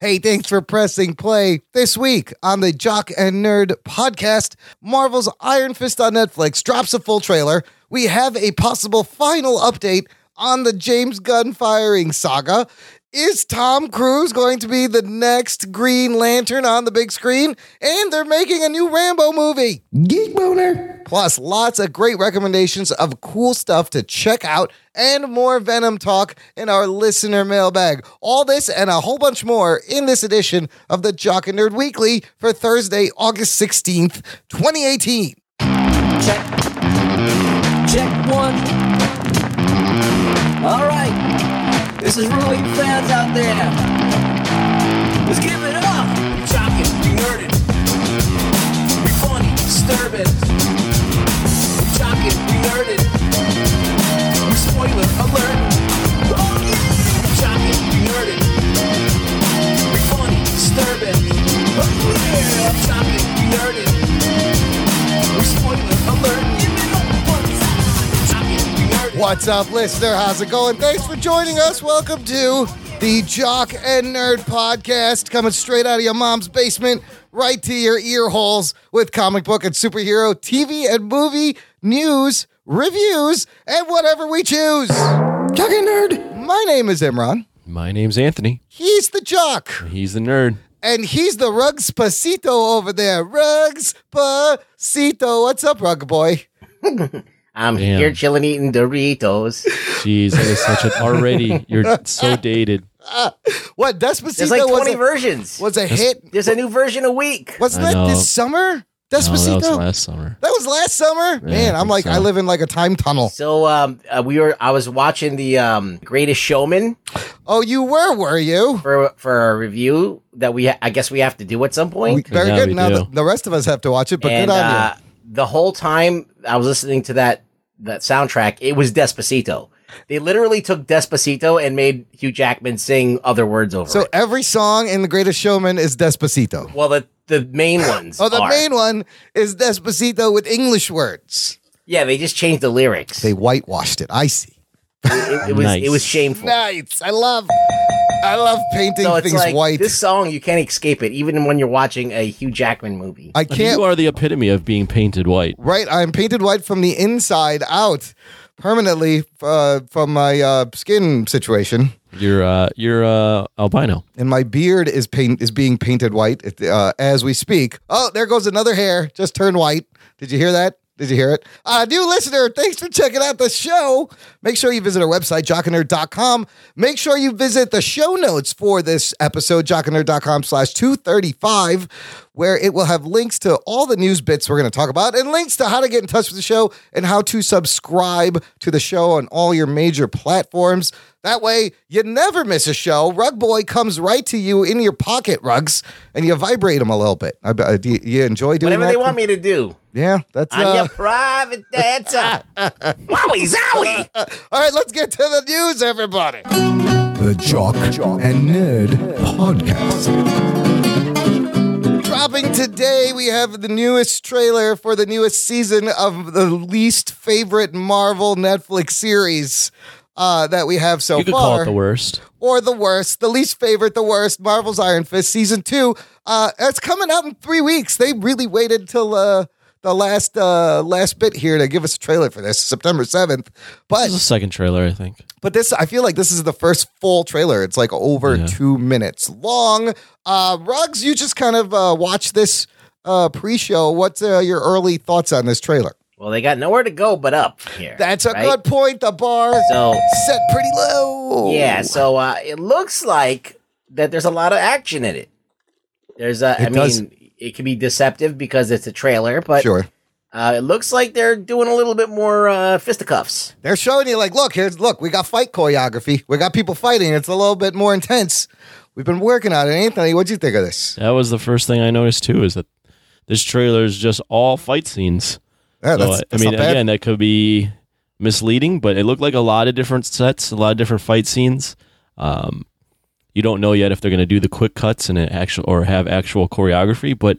Hey, thanks for pressing play this week on the Jock and Nerd podcast. Marvel's Iron Fist on Netflix drops a full trailer. We have a possible final update on the James Gunn firing saga. Is Tom Cruise going to be the next Green Lantern on the big screen? And they're making a new Rambo movie. Geek boner. Plus, lots of great recommendations of cool stuff to check out and more Venom talk in our listener mailbag. All this and a whole bunch more in this edition of the Jock and Nerd Weekly for Thursday, August 16th, 2018. Check. Check one. All right. This is really fans out there. Let's give it up. We talking, we nerding. We funny, disturbing. We talking, we nerding. We spoiler alert. Oh, yeah. We talking, we nerding. We funny, disturbing. Oh, yeah. We talking, we nerding. We spoiler alert. Give it up. We talking, we nerding. What's up, listener? How's it going? Thanks for joining us. Welcome to the Jock and Nerd Podcast, coming straight out of your mom's basement, right to your ear holes with comic book and superhero, TV and movie news, reviews, and whatever we choose. Jock and nerd. My name is Imran. My name's Anthony. He's the Jock, He's the nerd. and he's the Rugs Pasito over there. Rugs Pasito. What's up, Rug Boy? I'm Damn. here chilling, eating Doritos. Jeez, that is such an already. You're so dated. What? Despacito There's like was 20 a, versions. was a hit. There's a new version a week. Wasn't I that know. this summer? No, Oh, that Despacito? was last summer. That was last summer? Man, I I'm think like, so. I live in like a time tunnel. So um, uh, we were. I was watching the um, Greatest Showman Oh, you were, were you? for for a review that we. I guess we have to do at some We, point. very Yeah, good. we now do. the, the rest of us have to watch it, but and good on uh, the whole time I was listening to that that soundtrack, it was Despacito. They literally took Despacito and made Hugh Jackman sing other words over you. So it. every song in The Greatest Showman is Despacito. Well, the the main ones. Oh, the are. main one is Despacito with English words. Yeah, they just changed the lyrics. They whitewashed it. I see. it, it was Nice. it was shameful. Nice. I love I love painting so it's things like white. this song you can't escape it even when you're watching a Hugh Jackman movie. I I mean, can't you are the epitome of being painted white. Right, I'm painted white from the inside out permanently uh, from my uh, skin situation, You're uh, you're uh, albino. and my beard is paint is being painted white uh, as we speak. Oh, there goes another hair, just turned white. Did you hear that? Did you hear it? Uh, new listener, thanks for checking out the show. Make sure you visit our website, jockandnerd.com. Make sure you visit the show notes for this episode, jockandnerd.com slash 235, where it will have links to all the news bits we're going to talk about and links to how to get in touch with the show and how to subscribe to the show on all your major platforms. That way, you never miss a show. Rug Boy comes right to you in your pocket rugs, and you vibrate them a little bit. I, I, do you, you enjoy doing Whatever that? they want me to do. Yeah, that's I'm uh, your private dancer. Wowie zowie! all right. Let's get to the news, everybody. The Jock and Nerd Podcast. Dropping today, we have the newest trailer for the newest season of the least favorite Marvel Netflix series uh, that we have so You could far. call it the worst. or the worst, the least favorite, the worst, Marvel's Iron Fist season two. Uh, it's coming out in three weeks. They really waited till uh, the last uh, last bit here to give us a trailer for this, September seventh. This is But the second trailer, I think. but this, I feel like this is the first full trailer. It's like over Yeah. two minutes long. Uh, Rugs, you just kind of uh, watched this uh, pre-show. What's uh, your early thoughts on this trailer? Well, they got nowhere to go but up here. That's a right? good Oh. point. The bar So set pretty low. yeah, so uh, it looks like that there's a lot of action in it. There's a, I It does. mean, it can be deceptive because it's a trailer, but sure. uh, it looks like they're doing a little bit more uh, fisticuffs. They're showing you like, look, here's look, we got fight choreography. We got people fighting. It's a little bit more intense. We've been working on it. Anthony, what'd you think of this? That was the first thing I noticed too. Is that this trailer is just all fight scenes. Yeah, So, that's, I that's mean, not bad. again, that could be misleading, but it looked like a lot of different sets, a lot of different fight scenes. Um, you don't know yet if they're going to do the quick cuts and it actual or have actual choreography, but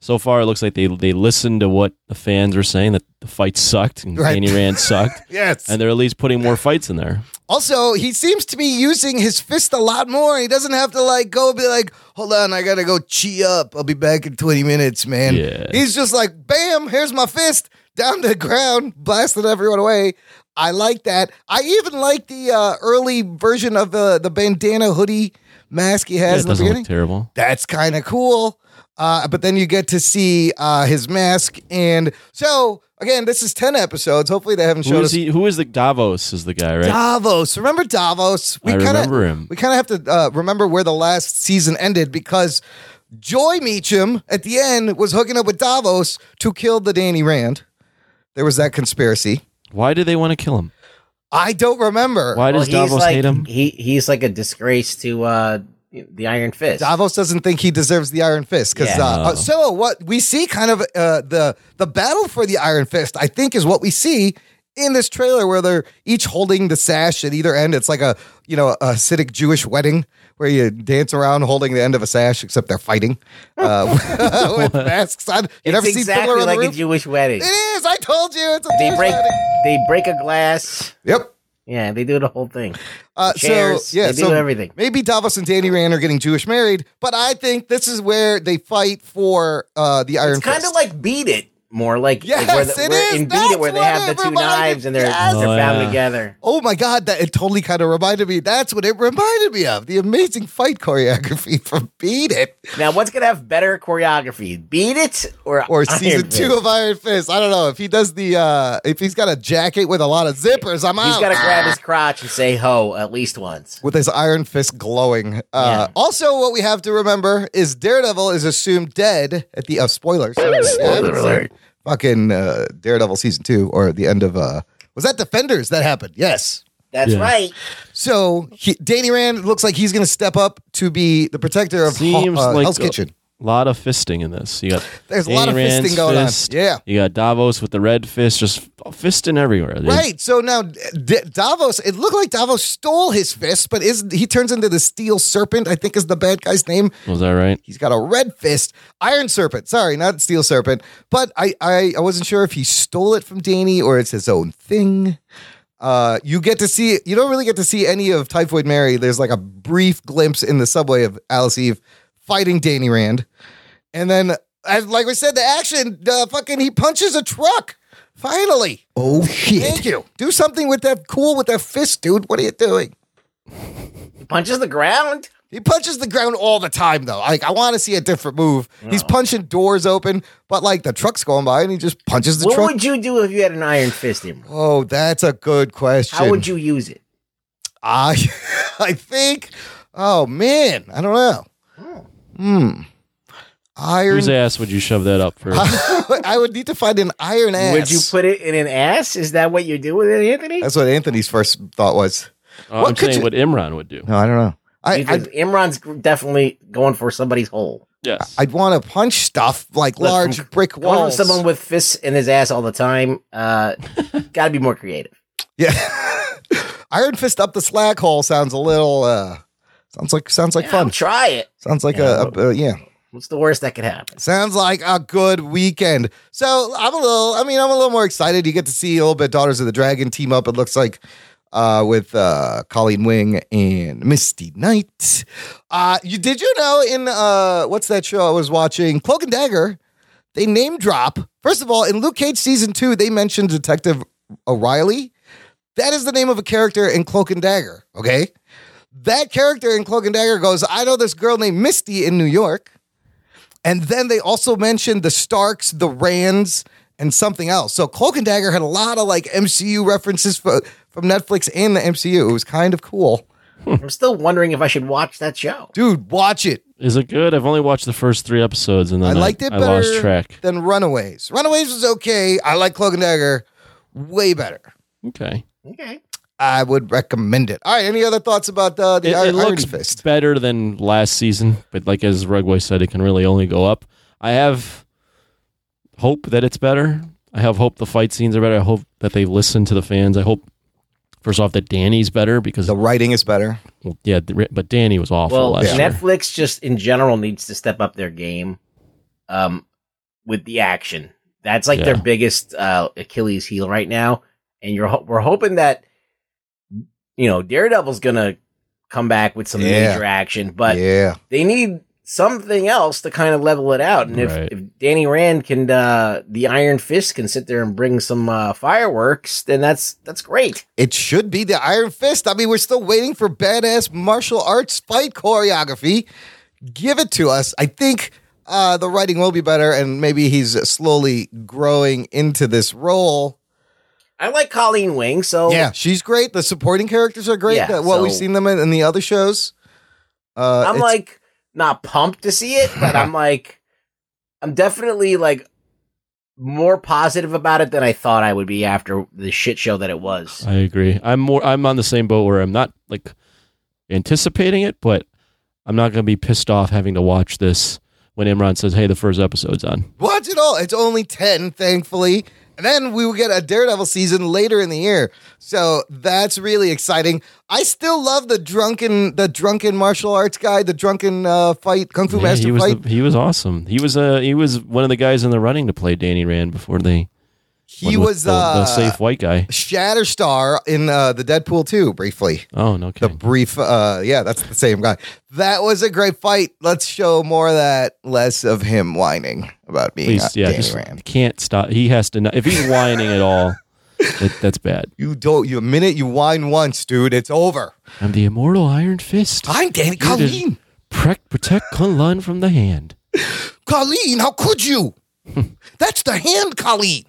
so far it looks like they they listened to what the fans were saying that the fight sucked and Right. Danny Rand sucked, yes. and they're at least putting more fights in there. Also, he seems to be using his fist a lot more. He doesn't have to like go be like, hold on, I gotta go chi up. I'll be back in 20 minutes, man. Yeah. He's just like, bam, here's my fist down to the ground, blasted everyone away. I like that. I even like the uh, early version of the the bandana hoodie mask he Yeah, has it in the doesn't beginning look terrible. that's kind of cool. Uh, but then you get to see uh, his mask, and so again, this is ten episodes. Hopefully, they haven't Who shown is us he? Who is the Davos? Is the guy right? Davos. Remember Davos? I kinda- remember him. We kind of have to uh, remember where the last season ended because Joy Meacham at the end was hooking up with Davos to kill the Danny Rand. There was that conspiracy. Why do they want to kill him? I don't remember. Why does Well, he's Davos like, hate him? He he's like a disgrace to uh, the Iron Fist. Davos doesn't think he deserves the Iron Fist because Yeah. uh, uh, so what we see kind of uh, the the battle for the Iron Fist I think is what we see in this trailer where they're each holding the sash at either end. It's like a you know a Hasidic Jewish wedding where you dance around holding the end of a sash except they're fighting uh, with masks on. You it's never see exactly Fiddler on like the a roof. Jewish wedding. it is. I told you it's a They Jewish break wedding. they break a glass. Yep. Yeah, they do the whole thing. Uh, Chairs. so yeah, They do so everything. Maybe Davos and Danny Rand are getting Jewish married, but I think this is where they fight for uh, the Iron It's kind of Fist. like Beat It, more like, Yes, like where, the, it where is. in Beat That's It, where they what have the it two reminded- knives and they're, Yes. they're Oh, bound yeah. together. Oh my god, that it totally kind of reminded me. That's what it reminded me of. The amazing fight choreography from Beat It Now, what's gonna have better choreography, Beat It or or Iron season Fist? two of Iron Fist. I don't know if he does the uh, if he's got a jacket with a lot of zippers. I'm He's out. got to grab his crotch and say "ho" at least once. with his iron fist glowing. Uh, Yeah. Also, what we have to remember is Daredevil is assumed dead at the uh, spoilers. Spoiler alert! Fucking uh, Daredevil season two, or the end of uh, was that Defenders that happened? Yes. That's Yeah. right. So he, Danny Rand looks like he's going to step up to be the protector of Ho- Seems uh, like Hell's a Kitchen. lot of fisting in this. You got There's a lot of Ayn Rand's fisting going on. fist. Yeah. you got Davos with the red fist, just fisting everywhere. dude. Right. So now D- Davos, it looked like Davos stole his fist, but is he turns into the Steel Serpent? I think is the bad guy's name. Was that right? He's got a red fist, Iron Serpent. Sorry, not Steel Serpent. But I, I, I wasn't sure if he stole it from Danny or it's his own thing. Uh, you get to see, you don't really get to see any of Typhoid Mary. There's like a brief glimpse in the subway of Alice Eve fighting Danny Rand, and then, as like we said, the action, the fucking he punches a truck. Finally, Oh shit. thank you. Do something with that cool with that fist, dude. What are you doing? He punches the ground. He punches the ground all the time, though. Like I want to see a different move. He's punching doors open, but like the truck's going by, and he just punches the what truck. would you do if you had an Iron Fist, Imran? oh, that's a good question. How would you use it? I, I think. Oh man, I don't know. Hmm. Iron. Whose ass would you shove that up for? I would need to find an iron ass. Would you put it in an ass? Is that what you're doing, Anthony? That's what Anthony's first thought was. Oh, What I'm could saying you- what Imran would do. No, I don't know. I, You I'd, think Imran's gr- definitely going for somebody's hole. Yes. I'd want to punch stuff like Look, large brick Going for walls. someone with fists in his ass all the time. Uh, got to be more creative. Yeah. Iron Fist up the slack hole sounds a little uh sounds like sounds like Yeah, fun. Try it. Sounds like a, a, a- yeah. What's the worst that could happen? Sounds like a good weekend. So I'm a little I mean I'm a little more excited. You get to see a little bit Daughters of the Dragon team up. It looks like uh, with uh, Colleen Wing and Misty Knight. Uh, you did you know in uh, what's that show I was watching? Cloak and Dagger. They name drop. First of all, in Luke Cage season two, they mentioned Detective O'Reilly. That is the name of a character in Cloak and Dagger. Okay, that character in Cloak and Dagger goes. I know this girl named Misty in New York. And then they also mentioned the Starks, the Rands, and something else. So Cloak and Dagger had a lot of like MCU references fro- from Netflix and the MCU. It was kind of cool. Hmm. I'm still wondering if I should watch that show. Dude, watch it. Is it good? I've only watched the first three episodes, and then I liked it I better lost track. than Runaways. Runaways was okay. I like Cloak and Dagger way better. Okay. Okay. I would recommend it. All right. Any other thoughts about uh, the It, Iron, it looks Iron Fist? better than last season, but like as Rugboy said, it can really only go up. I have hope that it's better. I have hope the fight scenes are better. I hope that they listen to the fans. I hope first off that Danny's better because The writing is better. well, yeah, the- but Danny was awful Well, last year. Netflix just in general needs to step up their game um, with the action. That's like their Yeah. biggest uh, Achilles heel right now, and you're ho- we're hoping that you know, Daredevil's gonna come back with some Yeah. major action, but yeah. they need something else to kind of level it out. And if, Right. if Danny Rand can, uh, the Iron Fist can sit there and bring some uh, fireworks, then that's that's great. It should be the Iron Fist. I mean, we're still waiting for badass martial arts fight choreography. Give it to us. I think uh, the writing will be better, and maybe he's slowly growing into this role. I like Colleen Wing, so Yeah, she's great. The supporting characters are great. Yeah, that- what so- we've seen them in, in the other shows. Uh, I'm it's- like not pumped to see it, but I'm like, I'm definitely like more positive about it than I thought I would be after the shit show that it was. I agree. I'm more. I'm on the same boat where I'm not like anticipating it, but I'm not going to be pissed off having to watch this when Imran says, "Hey, the first episode's on." Watch it all. It's only 10, thankfully. And then we will get a Daredevil season later in the year. So that's really exciting. I still love the drunken the drunken martial arts guy, the drunken uh, fight, Kung Fu Yeah, Master he was fight. the, he was awesome. He was uh he was one of the guys in the running to play Danny Rand before they he went with was the, the uh, safe white guy. Shatterstar in uh, the Deadpool 2 briefly. Oh no, The kidding. brief uh yeah, that's the same guy. That was a great fight. Let's show more of that, less of him whining about being Please, uh, yeah, Danny just Rand. can't stop. He has to. Not, if he's whining at all, that, that's bad. You don't you a minute you whine once, dude, it's over. I'm the immortal Iron Fist. I'm Danny Here to Colleen. protect- protect Kunlun from the hand. Colleen, how could you? That's the hand, Colleen.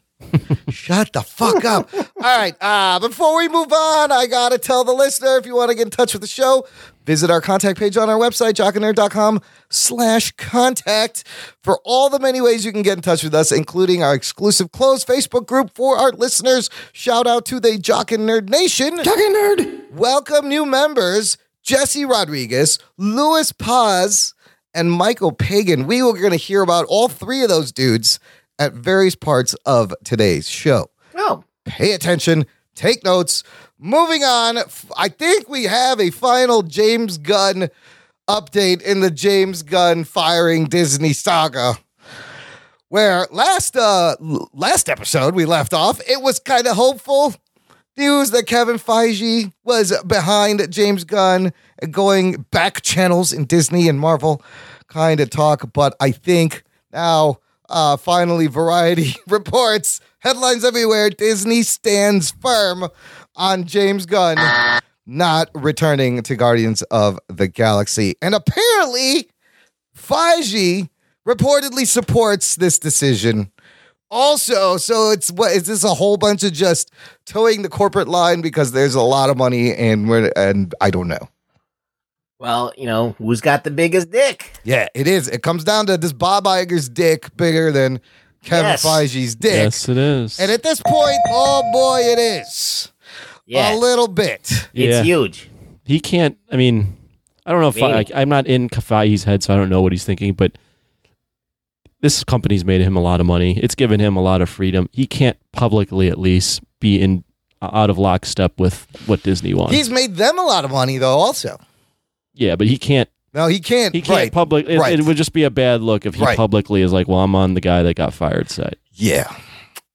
Shut the fuck up. All right. Uh, before we move on, I got to tell the listener if you want to get in touch with the show, visit our contact page on our website, jockandair.com slash contact for all the many ways you can get in touch with us, including our exclusive closed Facebook group for our listeners. Shout out to the Jock and Nerd Nation. Talking nerd. Welcome new members, Jesse Rodriguez, Louis Paz, and Michael Pagan. We are going to hear about all three of those dudes at various parts of today's show. Oh, Pay attention, take notes. Moving on, f- I think we have a final James Gunn update in the James Gunn firing Disney saga. Where last uh l- last episode we left off, it was kind of hopeful news that Kevin Feige was behind James Gunn going back channels in Disney and Marvel kind of talk. But I think now, uh, finally, Variety reports headlines everywhere Disney stands firm on James Gunn not returning to Guardians of the Galaxy. And apparently, Feige reportedly supports this decision also so it's what is this a whole bunch of just towing the corporate line because there's a lot of money and we're and i don't know well, you know who's got the biggest dick? yeah it is it comes down to this bob Iger's dick bigger than kevin Yes. feige's dick Yes, it is. and at this point oh boy it is Yeah, a little bit Yeah. it's huge. he can't. I mean, I don't know if Me. I, like, I'm not in Kafai's head, so I don't know what he's thinking. But this company's made him a lot of money. It's given him a lot of freedom. He can't publicly, at least, be in uh, out of lockstep with what Disney wants. he's made them a lot of money though also yeah, but he can't. no he can't He can't right. public. It, right. it would just be a bad look if he Right. publicly is like, "Well, I'm on the guy that got fired." Side. yeah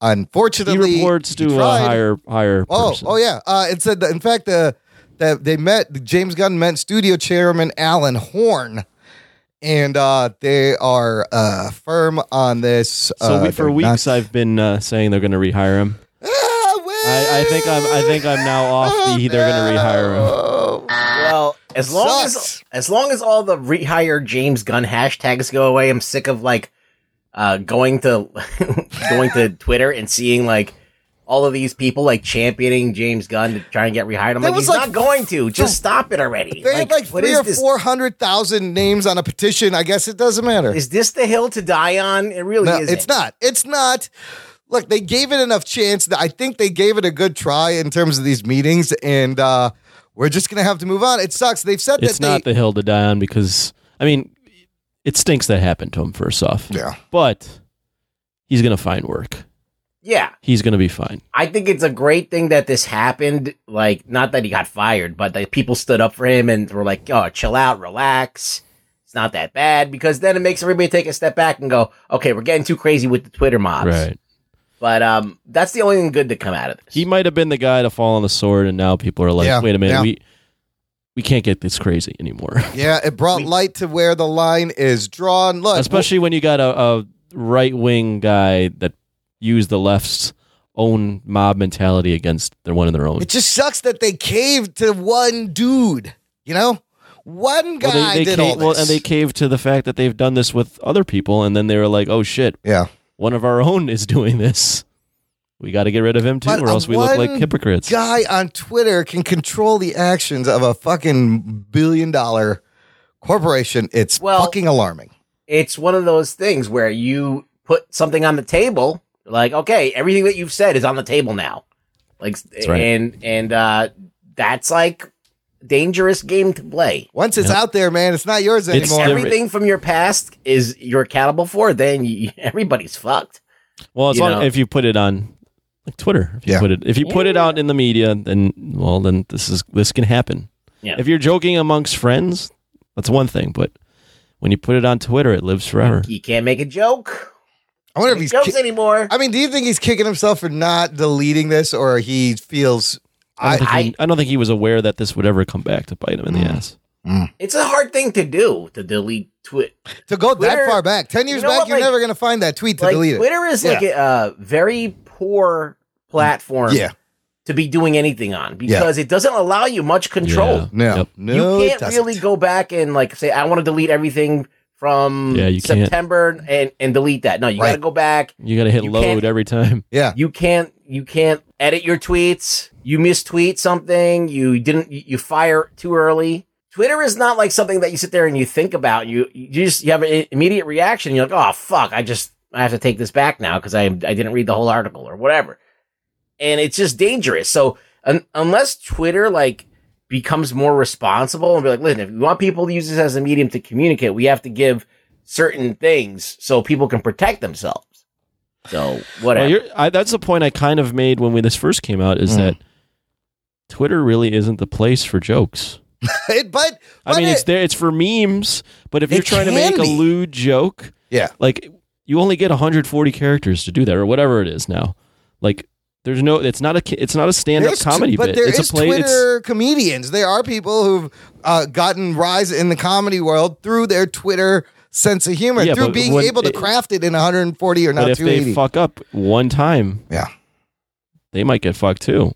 He unfortunately reports to a tried. higher higher. Oh, person. oh yeah. Uh, it said that. In fact, the that they met James Gunn met studio chairman Alan Horn, and uh, they are uh, firm on this. So uh, we, for they're weeks, not- I've been uh, saying they're going to rehire him. Ah, well, I, I think I'm. I think I'm now off the. They're Oh, going to rehire him. Well, as long Sucks. as as long as all the rehire James Gunn hashtags go away, I'm sick of like uh going to going to Twitter and seeing like all of these people like championing James Gunn to try and get rehired. I'm There like, was, he's like, not going to. Just stop it already. They had like what three is or this? four hundred thousand names on a petition. I guess it doesn't matter. Is this the hill to die on? It really No, isn't. it's not. It's not. Look, they gave it enough chance. That I think they gave it a good try in terms of these meetings, and uh, we're just gonna have to move on. It sucks. They've said It's that not they. the hill to die on because I mean, it stinks that happened to him. First off, yeah. but he's going to find work. Yeah, He's going to be fine. I think it's a great thing that this happened. Like, not that he got fired, but that people stood up for him and were like, "Oh, chill out, relax. It's not that bad." Because then it makes everybody take a step back and go, "Okay, we're getting too crazy with the Twitter mobs." Right. But um, that's the only thing good to come out of this. He might have been the guy to fall on the sword, and now people are like, Yeah, "Wait a minute, yeah. we we can't get this crazy anymore." Yeah, it brought light to where the line is drawn. Look, Especially when you got a, a right wing guy that used the left's own mob mentality against their one of their own. it just sucks that they caved to one dude. You know, one guy Well, they, they did all caved, this. well, and they caved to the fact that they've done this with other people, and then they were like, "Oh shit, yeah, one of our own is doing this. We got to get rid of him too, But or a else we look like one hypocrites." guy on Twitter can control the actions of a fucking billion dollar corporation. It's Well- fucking alarming. It's one of those things where you put something on the table, like okay, everything that you've said is on the table now. Like right. and and uh, that's like dangerous game to play. Once it's out there, man, it's not yours It's anymore. every- Everything from your past is you're accountable for. Then you, everybody's fucked. Well, as you long know. if you put it on like Twitter, if you Yeah. put it if you put it out in the media, then well, then this is this can happen. Yeah. If you're joking amongst friends, that's one thing, but when you put it on Twitter, it lives forever. You can't make a joke. I wonder if Make he's. jokes ki- anymore. I mean, do you think he's kicking himself for not deleting this, or he feels? I don't, I- think he, I don't think he was aware that this would ever come back to bite him in the Mm. ass. It's a hard thing to do to delete Twitter. To go Twitter- that far back, ten years you know back, what, you're like- never gonna find that tweet to like, delete it. Twitter is like a uh, very poor platform Yeah. to be doing anything on because it doesn't allow you much control. No, Yep. no, you it can't doesn't. really go back and like say I want to delete everything from Yeah, you can't. September and and delete that. No, you got to Right. go back. You got to hit You load can't- every time. Yeah, You can't you can't edit your tweets. You mistweet something, you didn't you you fire too early. Twitter is not like something that you sit there and you think about. You you just you have an immediate reaction. You're like, "Oh fuck, I just I have to take this back now because I I didn't read the whole article or whatever." And it's just dangerous. So un- unless Twitter like becomes more responsible and be like, "Listen, if we want people to use this as a medium to communicate, we have to give certain things so people can protect themselves." So whatever. Well, you're, I, that's the point I kind of made when we this first came out is Mm. that Twitter really isn't the place for jokes. It- but, but I mean, it- it's there. It's for memes, but if It you're trying to make can a be. lewd joke, Yeah. like you only get 140 characters to do that, or whatever it is now. Like, there's no. It's not a. ki- It's not a stand-up There's tw- comedy but bit. there it's is a play. It's, Twitter comedians. There are people who've uh, gotten rise in the comedy world through their Twitter sense of humor, Yeah, through but being when able to it- craft it in 140 or but not if they 280. fuck up one time, yeah, they might get fucked too.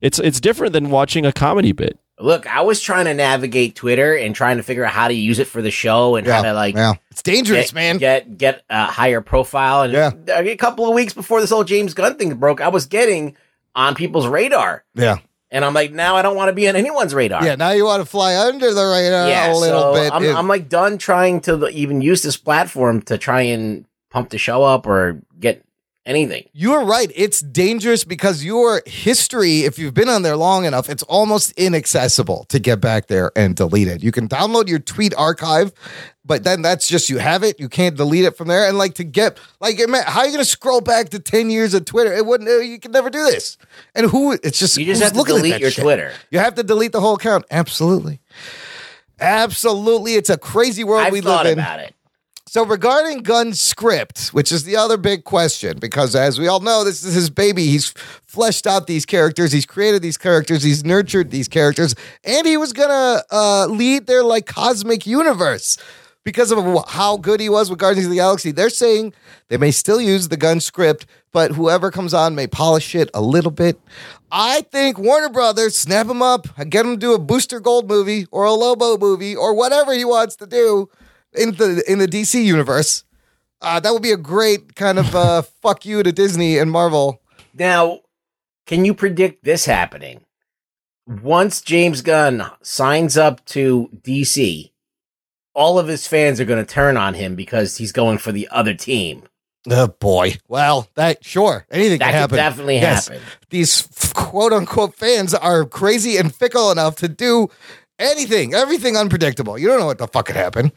It's it's different than watching a comedy bit. Look, I was trying to navigate Twitter and trying to figure out how to use it for the show and yeah, how to like yeah. It's dangerous, get, man. get get a higher profile. And Yeah. a couple of weeks before this whole James Gunn thing broke, I was getting on people's radar, yeah, and I'm like, now I don't want to be on anyone's radar. yeah. Now you want to fly under the radar Yeah, a little so bit. I'm, It- I'm like done trying to the- even use this platform to try and pump the show up or get anything. You're right. It's dangerous because your history, if you've been on there long enough, it's almost inaccessible to get back there and delete it. You can download your tweet archive, but then that's just you have it. You can't delete it from there. And like to get like, ima- how are you going to scroll back to ten years of Twitter? It wouldn't. uh, You can never do this. And who? It's just You just who's have to looking at delete that your shit? Twitter. You have to delete the whole account. Absolutely. Absolutely. It's a crazy world I've we thought live in. about it. So regarding Gunn's script, which is the other big question, because as we all know, this is his baby. He's fleshed out these characters, he's created these characters, he's nurtured these characters, and he was gonna uh, lead their like cosmic universe because of wh- how good he was with Guardians of the Galaxy. They're saying they may still use the Gunn script, but whoever comes on may polish it a little bit. I think Warner Brothers snap him up, get him to do a Booster Gold movie or a Lobo movie or whatever he wants to do in the in the DC universe. Uh, that would be a great kind of uh, fuck you to Disney and Marvel. Now, can you predict this happening? Once James Gunn signs up to DC, all of his fans are going to turn on him because he's going for the other team. Oh boy! Well, that sure anything That can could happen. definitely Yes. happen. These quote unquote fans are crazy and fickle enough to do anything, everything unpredictable. You don't know what the fuck could happen.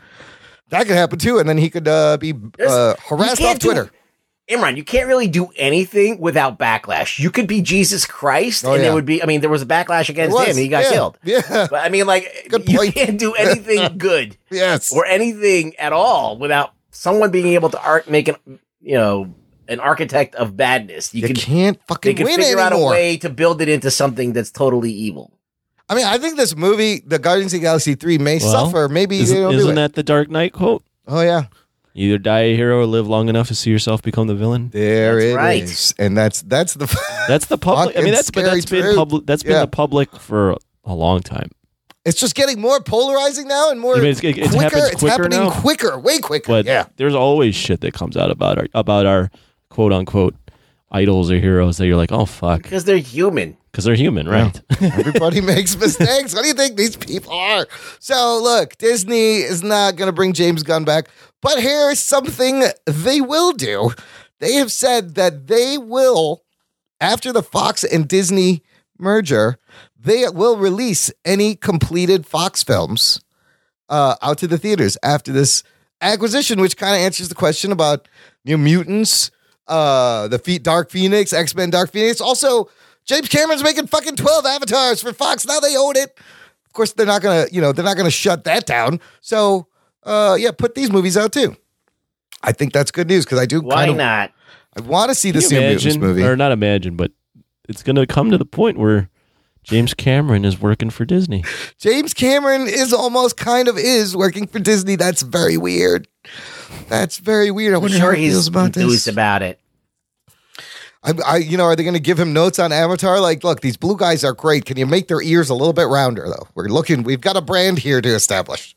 That could happen too, and then he could uh, be uh, There's- harassed you off can't do- Twitter. Imran, you can't really do anything without backlash. You could be Jesus Christ, Oh, and yeah. there would be, I mean, there was a backlash It against was. him, and he got Yeah. killed. Yeah. But I mean, like, Good you point. can't do anything good Yes. or anything at all without someone being able to art make an you know an architect of badness. You You can can't they fucking can win figure out a anymore. way to build it into something that's totally evil. I mean, I think this movie, The Guardians of the Galaxy Three, may Well, suffer. Maybe they Isn't, don't do isn't it. that the Dark Knight quote? oh yeah, Either die a hero or live long enough to see yourself become the villain. there it That's is, right. and that's that's the. That's the public. I Fucking mean, that's but that's scary been truth. public. That's been Yeah. the public for a long time. it's just getting more polarizing now and more. I mean, it's- it- it quicker. happens it's quicker happening now. quicker, way quicker. But yeah, there's always shit that comes out about our about our quote unquote idols or heroes that you're like, oh fuck, Because they're human. because they're human, right? everybody makes mistakes. What do you think these people are? So look, Disney is not going to bring James Gunn back, but here's something they will do. They have said that they will, after the Fox and Disney merger, they will release any completed Fox films uh, out to the theaters after this acquisition, which kind of answers the question about New Mutants, uh, the Fe- Dark Phoenix, X Men Dark Phoenix. Also, James Cameron's making fucking 12 avatars for Fox. Now they own it. Of course, they're not going to, you know, they're not going to shut that down. So, uh, yeah, put these movies out too. I think that's good news because I do Why kind of not? I want to see Can this you New Mutants movie. or not imagine, but it's gonna come to the point where James Cameron is working for Disney. James Cameron is almost kind of is working for Disney. That's very weird. That's very weird. I I'm wonder how sure he feels he's about enthused this. about it. I, I, you know, are they going to give him notes on Avatar? Like, look, these blue guys are great. Can you make their ears a little bit rounder, though? We're looking. We've got a brand here to establish.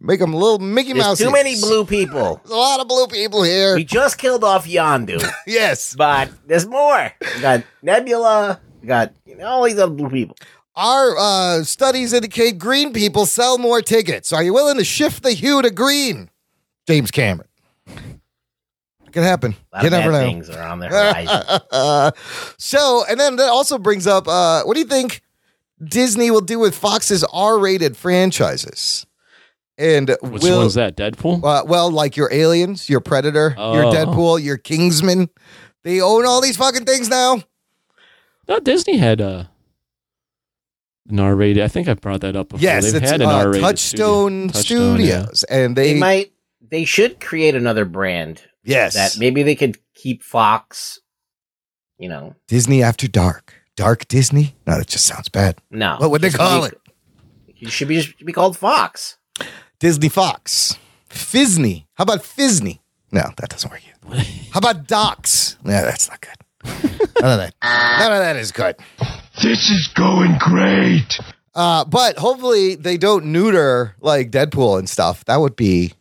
Make them little Mickey There's Mouse. too many ears. blue people. There's a lot of blue people here. We just killed off Yondu, Yes. but there's more. We got Nebula. We got all these other blue people. Our uh, studies indicate green people sell more tickets. Are you willing to shift the hue to green, James Cameron? It can happen. A lot You of bad never know. things are on the horizon. Uh, so, and then that also brings up uh, what do you think Disney will do with Fox's R rated franchises? And Which will, one's that? Deadpool. Uh, well, like your Aliens, your Predator, your Oh. Deadpool, your Kingsman. They own all these fucking things now. no, Disney had uh, an R rated. I think I brought that up before. yes, They've it's had an uh, R rated Touchstone, Studios, and they, They might. They should create another brand yes, that maybe they could keep Fox. You know, Disney After Dark, Dark Disney. No, that just sounds bad. no. What would they Just call be- it? It should be should be called Fox. Disney Fox, Fizney. How about Fizney? No, that doesn't work. Either. How about Docs? No, that's not good. None of that. None of that is good. This is going great. Uh, but hopefully they don't neuter like Deadpool and stuff. That would be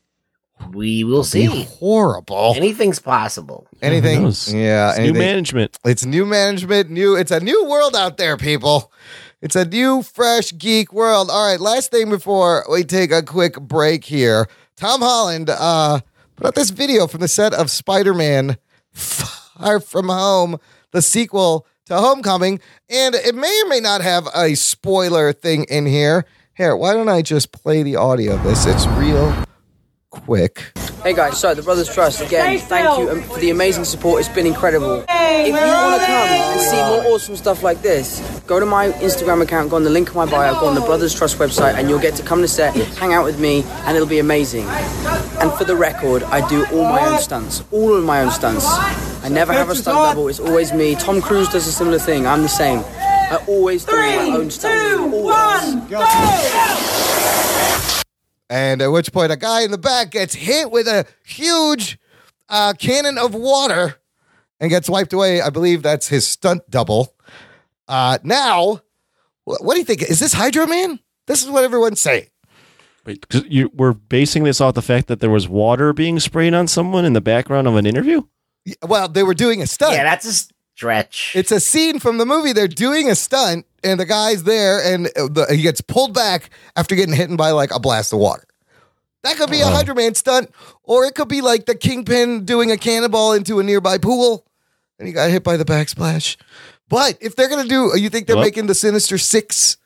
We will see. horrible. Anything's possible. anything? knows? Yeah, New anything. management. It's new management, new. It's a new world out there, people. It's a new, fresh geek world. All right, last thing before we take a quick break here. Tom Holland uh, put out this video from the set of Spider-Man: Far From Home, the sequel to Homecoming, and it may or may not have a spoiler thing in here. Here, why don't I just play the audio of this? It's real quick. Hey guys, so the Brothers Trust again. Thank you um, for the amazing support. It's been incredible. If you want to come and see more awesome stuff like this, go to my Instagram account, go on the link of my bio, go on the Brothers Trust website, and you'll get to come to set, hang out with me, and it'll be amazing. And for the record, I do all my own stunts, all of my own stunts. I never have a stunt double. It's always me. Tom Cruise does a similar thing. I'm the same. I always do my own stunts. always. And at which point, a guy in the back gets hit with a huge uh, cannon of water and gets wiped away. I believe that's his stunt double. Uh, now, wh- what do you think? Is this Hydro Man? This is what everyone's saying. Wait, 'cause you, we're basing this off the fact that there was water being sprayed on someone in the background of an interview. Y- Well, they were doing a stunt. Yeah, that's a stretch. it's a scene from the movie. They're doing a stunt, and the guy's there, and uh, the, he gets pulled back after getting hit by like a blast of water. That could be a Hydro Man stunt, or it could be like the Kingpin doing a cannonball into a nearby pool, and he got hit by the backsplash. But if they're gonna do, you think they're Well- making the Sinister Six,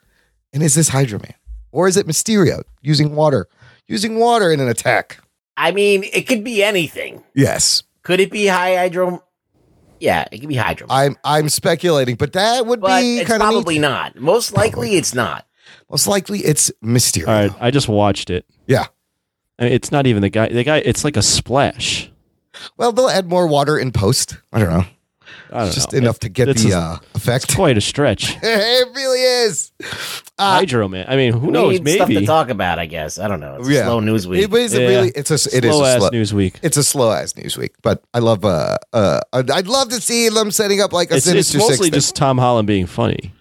and is this Hydro Man or is it Mysterio using water, using water in an attack? I mean, it could be anything. Yes, Could it be high hydro? Yeah, it could be hydro. I'm I'm speculating, but that would but be it's kind of probably not. Most likely, it's not. most likely it's Mysterio. All right, I just watched it. Yeah. I mean, it's not even the guy. The guy. It's like a splash. Well, they'll add more water in post. I don't know. I don't It's just know. enough to get it's the a- uh, effect. Quite a stretch. it really is. Uh, Hydro man. I mean, who We knows? need stuff to Maybe talk about, I guess. I don't know. It's a Yeah. slow news week. It is a Yeah. really. It's a. It is slow a ass slow. news week. It's a slow ass news week, but I love. Uh, uh, I'd love to see them setting up like a It's, it's sinister six. mostly thing. just Tom Holland being funny.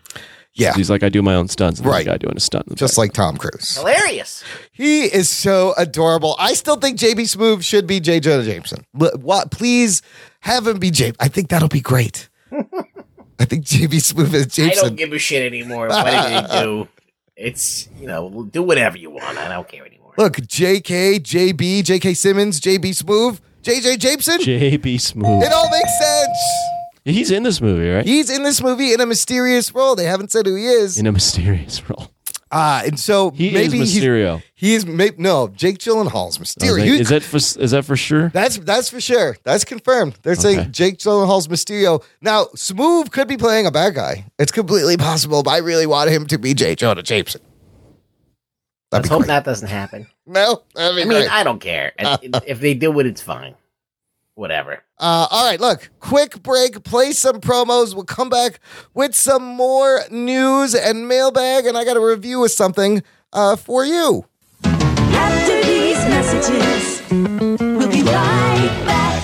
yeah, He's like, I do my own stunts. And Right. right, guy doing a stunt. in the just back. like Tom Cruise. Hilarious. He is so adorable. I still think JB Smoove should be J. Jonah Jameson. L- What? Please have him be J. I think that'll be great. I think JB Smoove is I don't Jameson. give a shit anymore. What did they do? It's you know, do whatever you want. I don't care anymore. Look, JK, JB, JK Simmons, JB Smoove, JJ Jameson. JB Smooth. it all makes sense. He's in this movie, right? He's in this movie in a mysterious role. They haven't said who he is. In a mysterious role. Ah, and so He maybe is he's- Mysterio. He is maybe no Jake Gyllenhaal's I was Mysterio. like, You- is that for is that for sure? that's that's for sure. That's confirmed. They're saying Jake Gyllenhaal's Mysterio. Now Smoove could be playing a bad guy. It's completely possible. But I really want him to be Jake Jonah Jameson. Let's That'd be hope great. that doesn't happen. no, that'd be I mean, great. I don't care. If- if they do it, it's fine. Whatever. Uh, all right, look, quick break, play some promos. We'll come back with some more news and mailbag, and I got a review of something uh, for you. After these messages, we'll be right back.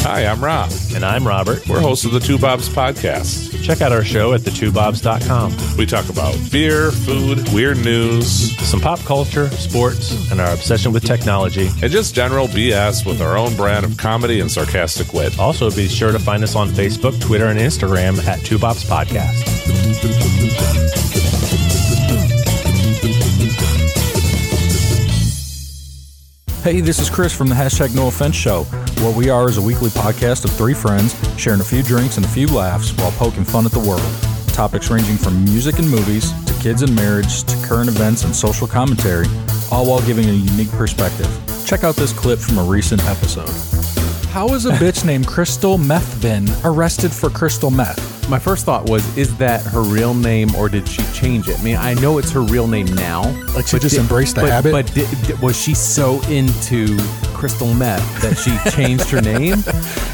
Hi, I'm Rob. And I'm Robert. We're hosts of the Two Bobs podcast. Check out our show at thetwobobs.com. We talk about beer, food, weird news, Some pop culture, sports, and our obsession with technology. and just general BS with our own brand of comedy and sarcastic wit. Also, be sure to find us on Facebook, Twitter, and Instagram at Two Bobs Podcast. Hey, this is Chris from the hashtag No Offense Show. What we are is a weekly podcast of three friends sharing a few drinks and a few laughs while poking fun at the world. Topics ranging from music and movies to kids and marriage to current events and social commentary, all while giving a unique perspective. Check out this clip from a recent episode. How is a bitch named Crystal Methvin arrested for crystal meth? My first thought was, is that her real name or did she change it? I mean, I know it's her real name now. Like she but just embraced the but, habit? But di- di- was she so into crystal meth that she changed her name?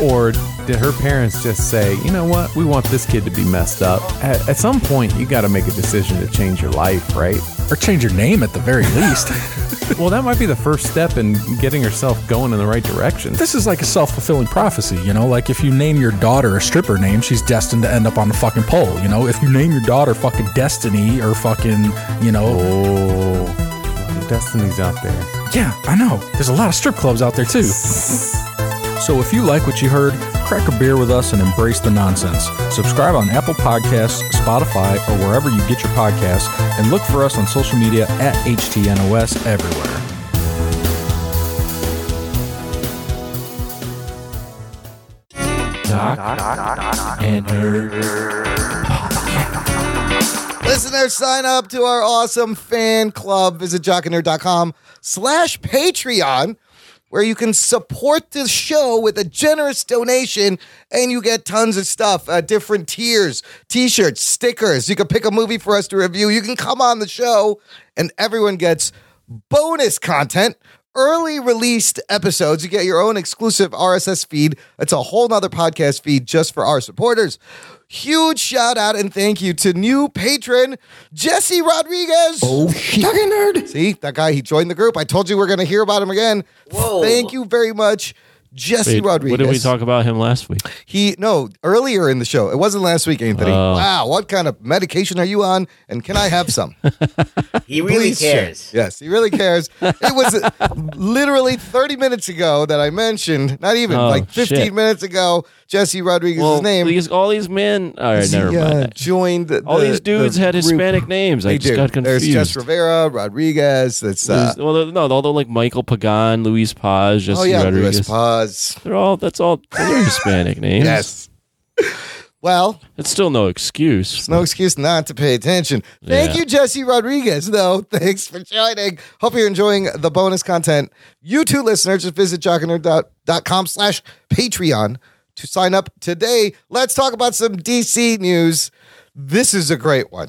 Or did her parents just say, you know what, we want this kid to be messed up? At, at some point, you got to make a decision to change your life, right? Or change your name at the very least. Well, that might be the first step in getting herself going in the right direction. this is like a self-fulfilling prophecy you know like if you name your daughter a stripper name she's destined to end up on the fucking pole you know if you name your daughter fucking destiny or fucking you know Oh, destiny's out there. yeah i know there's a lot of strip clubs out there too so if you like what you heard crack a beer with us and embrace the nonsense subscribe on apple podcasts spotify or wherever you get your podcasts and look for us on social media at htnos everywhere Listeners, sign up to our awesome fan club. Visit jockandnerd.com slash Patreon, where you can support the show with a generous donation and you get tons of stuff, uh, different tiers, t-shirts, stickers. You can pick a movie for us to review. You can come on the show and everyone gets bonus content, early released episodes. You get your own exclusive RSS feed. It's a whole nother podcast feed just for our supporters. Huge shout out and thank you to new patron Jesse Rodriguez. Oh shit. nerd. See, that guy, he joined the group. I told you we're gonna hear about him again. Whoa. Thank you very much. Jesse Wait, Rodriguez. What did we talk about him last week? He no earlier in the show. It wasn't last week, Anthony. Oh. Wow, what kind of medication are you on? And can I have some? He really Please share. cares. Yes, he really cares. it was uh, literally 30 minutes ago that I mentioned, not even Oh, like 15 shit. minutes ago, Jesse Rodriguez's name. these all these men. All right, he, never uh, mind. that. joined the- all the- these dudes the had group. Hispanic names. I They just do. got confused. There's Jess Rivera, Rodriguez. That's uh, There's- well, no, although like Michael Pagan, Luis Paz, Jesse oh yeah, Rodriguez. Luis Paz. They're all that's all those are Hispanic names. Yes. Well, It's still no excuse. It's no excuse not to pay attention. Thank Yeah. you, Jesse Rodriguez, though. Thanks for joining. Hope you're enjoying the bonus content. You too, listeners, just visit jockandnerd.com slash Patreon to sign up today. Let's talk about some DC news. This is a great one.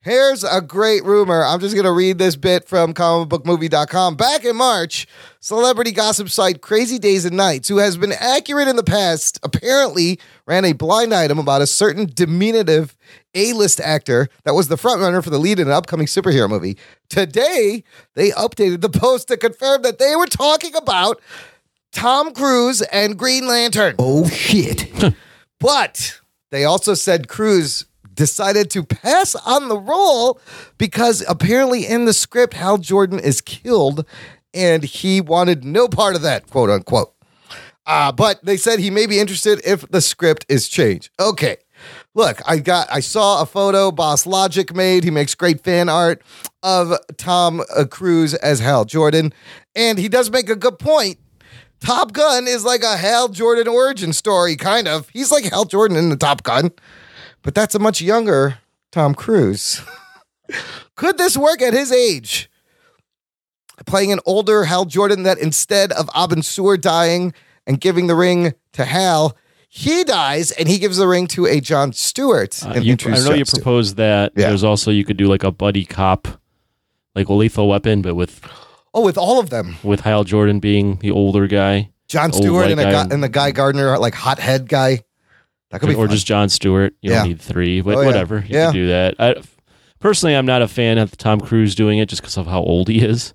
Here's a great rumor. I'm just going to read this bit from comicbookmovie.com. Back in March, celebrity gossip site Crazy Days and Nights, who has been accurate in the past, apparently ran a blind item about a certain diminutive A-list actor that was the frontrunner for the lead in an upcoming superhero movie. Today, they updated the post to confirm that they were talking about Tom Cruise and Green Lantern. Oh shit. but they also said Cruise decided to pass on the role because apparently in the script Hal Jordan is killed and he wanted no part of that, quote unquote. Uh, but they said he may be interested if the script is changed. Okay. Look, I got I saw a photo Boss Logic made. He makes great fan art of Tom uh, Cruise as Hal Jordan and he does make a good point. Top Gun is like a Hal Jordan origin story kind of. He's like Hal Jordan in the Top Gun. But that's a much younger Tom Cruise. Could this work at his age? Playing an older Hal Jordan that instead of Abin Sur dying and giving the ring to Hal, he dies and he gives the ring to a John Stewart. Uh, and you- I introduces know John you Stewart. proposed that. There's also you could do like a buddy cop, like a Lethal Weapon, but with Oh, with all of them. with Hal Jordan being the older guy, John old Stewart white and, a guy, and the Guy Gardner, like hothead guy. That could be or fun. just John Stewart. You Yeah. don't need three, but Oh, yeah. whatever. You Yeah. can do that. I, personally, I'm not a fan of Tom Cruise doing it just because of how old he is.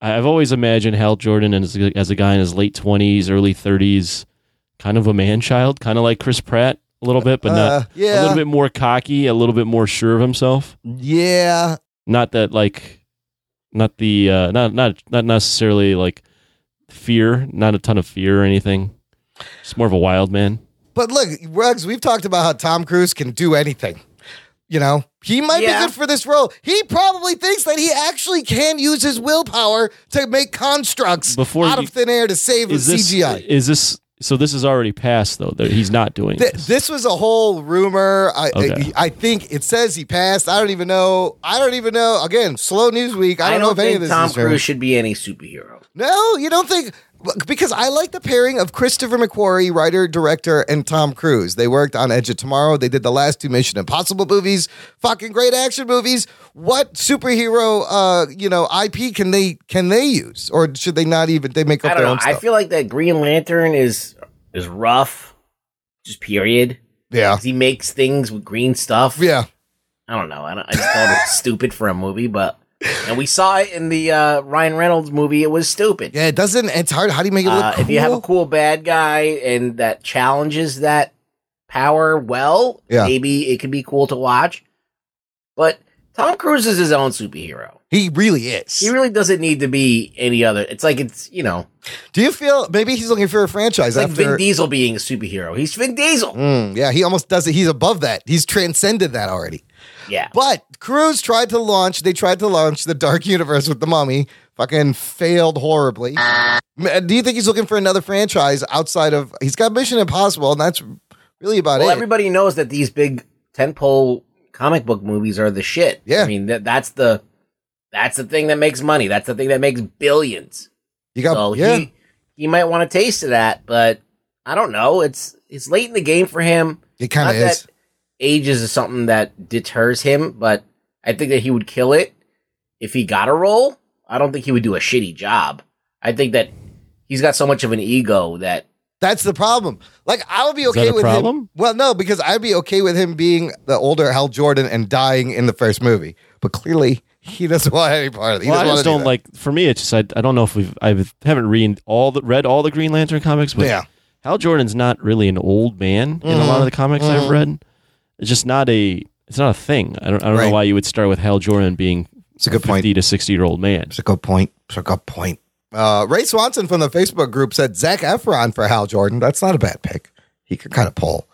I- I've always imagined Hal Jordan as a, as a guy in his late 20s, early 30s, kind of a man child, kind of like Chris Pratt a little bit, but Uh, not yeah. a little bit more cocky, a little bit more sure of himself. yeah. Not that like, not the uh, not not not necessarily like fear, not a ton of fear or anything. Just more of a wild man. But look, Ruggs, we've talked about how Tom Cruise can do anything. You know, he might Yeah. be good for this role. He probably thinks that he actually can use his willpower to make constructs Before out you- of thin air to save the is this CGI. is this so this is already passed though that he's not doing Th- this. this was a whole rumor. I, Okay. I I think it says he passed. I don't even know. I don't even know. Again, slow news week. I don't, know if think any of this Tom is true. Cruise should be any superhero. No, you don't think because I like the pairing of Christopher McQuarrie, writer, director, and Tom Cruise. They worked on Edge of Tomorrow. They did the last two Mission Impossible movies, fucking great action movies. What superhero, uh, you know, IP can they can they use, or should they not even? They make up I their don't know. own I stuff. feel like that Green Lantern is is rough. Just period. yeah, 'Cause He makes things with green stuff. yeah. I don't know. I, don't, I just thought it was stupid for a movie, but and we saw it in the uh, Ryan Reynolds movie. It was stupid. Yeah, it doesn't. It's hard. How do you make it look Uh, cool? If you have a cool bad guy and that challenges that power well, Yeah. maybe it could be cool to watch. But Tom Cruise is his own superhero. he really is. He really doesn't need to be any other. It's like it's you know, do you feel maybe he's looking for a franchise it's like after? Vin Diesel being a superhero. He's Vin Diesel. Mm, yeah, he almost does it. He's above that. He's transcended that already. Yeah. But Cruise tried to launch, they tried to launch the Dark Universe with the Mummy, fucking failed horribly. M- uh, Do you think he's looking for another franchise outside of he's got Mission Impossible and that's really about Well, it. everybody knows that these big tentpole comic book movies are the shit. Yeah. I mean that that's the that's the thing that makes money. That's the thing that makes billions. you got So Oh, yeah. he he might want a taste of that, but I don't know. It's it's late in the game for him. it kind Not of is. that ages is something that deters him, but I think that he would kill it if he got a role. I don't think he would do a shitty job. I think that he's got so much of an ego that That's the problem. Like I would be that okay a with him. problem? Well, no, because I'd be okay with him being the older Hal Jordan and dying in the first movie. But clearly he doesn't want any part of it. He Well, I doesn't just wanna do don't that. like. For me, it's just I, I don't know if we've I haven't read all the read all the Green Lantern comics, but Yeah. Mm-hmm. Hal Jordan's not really an old man in a lot of the comics I've read. It's just not a it's not a thing. I don't I don't Right. know why you would start with Hal Jordan being It's a good point. fifty to sixty year old man. It's a good point. It's a good point. Uh, Ray Swanson from the Facebook group said Zach Efron for Hal Jordan. That's not a bad pick. He could kind of pull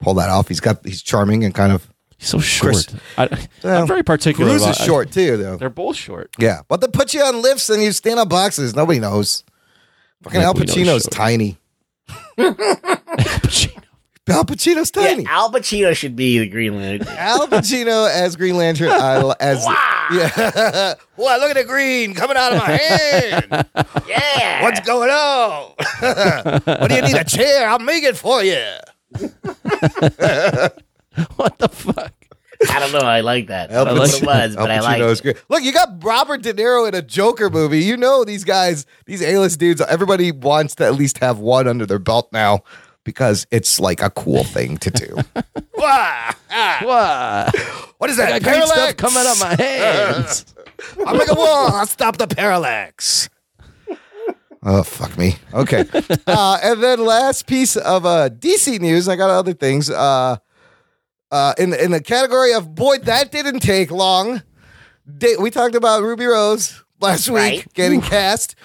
pull that off. He's got he's charming and kind of He's so short. Chris- I, Well, I'm very particular. Cruz is about- short too though. They're both short. yeah, but they put you on lifts and you stand on boxes. Nobody knows. Fucking Al Nobody Pacino's knows short. tiny. Al Pacino's tiny. yeah, Al Pacino should be the Green Lantern. Al Pacino as Green Lantern. I, as yeah. wow, look at the green coming out of my hand. yeah, What's going on? what do you need a chair? I'll make it for you. What the fuck? I don't know. I like that. I don't know what it was, but I like. Pacino is great. Look, you got Robert De Niro in a Joker movie. You know these guys, these A-list dudes. Everybody wants to at least have one under their belt now because it's like a cool thing to do. Wah! Wah! What is that? I got great Ah. Parallax? stuff coming out my hands. I'm like a wall. I'll stop the parallax. Oh fuck me. Okay. uh, and then last piece of uh, DC news. I got other things. Uh, uh, in in the category of boy, that didn't take long. Da- we talked about Ruby Rose last week Right. getting cast.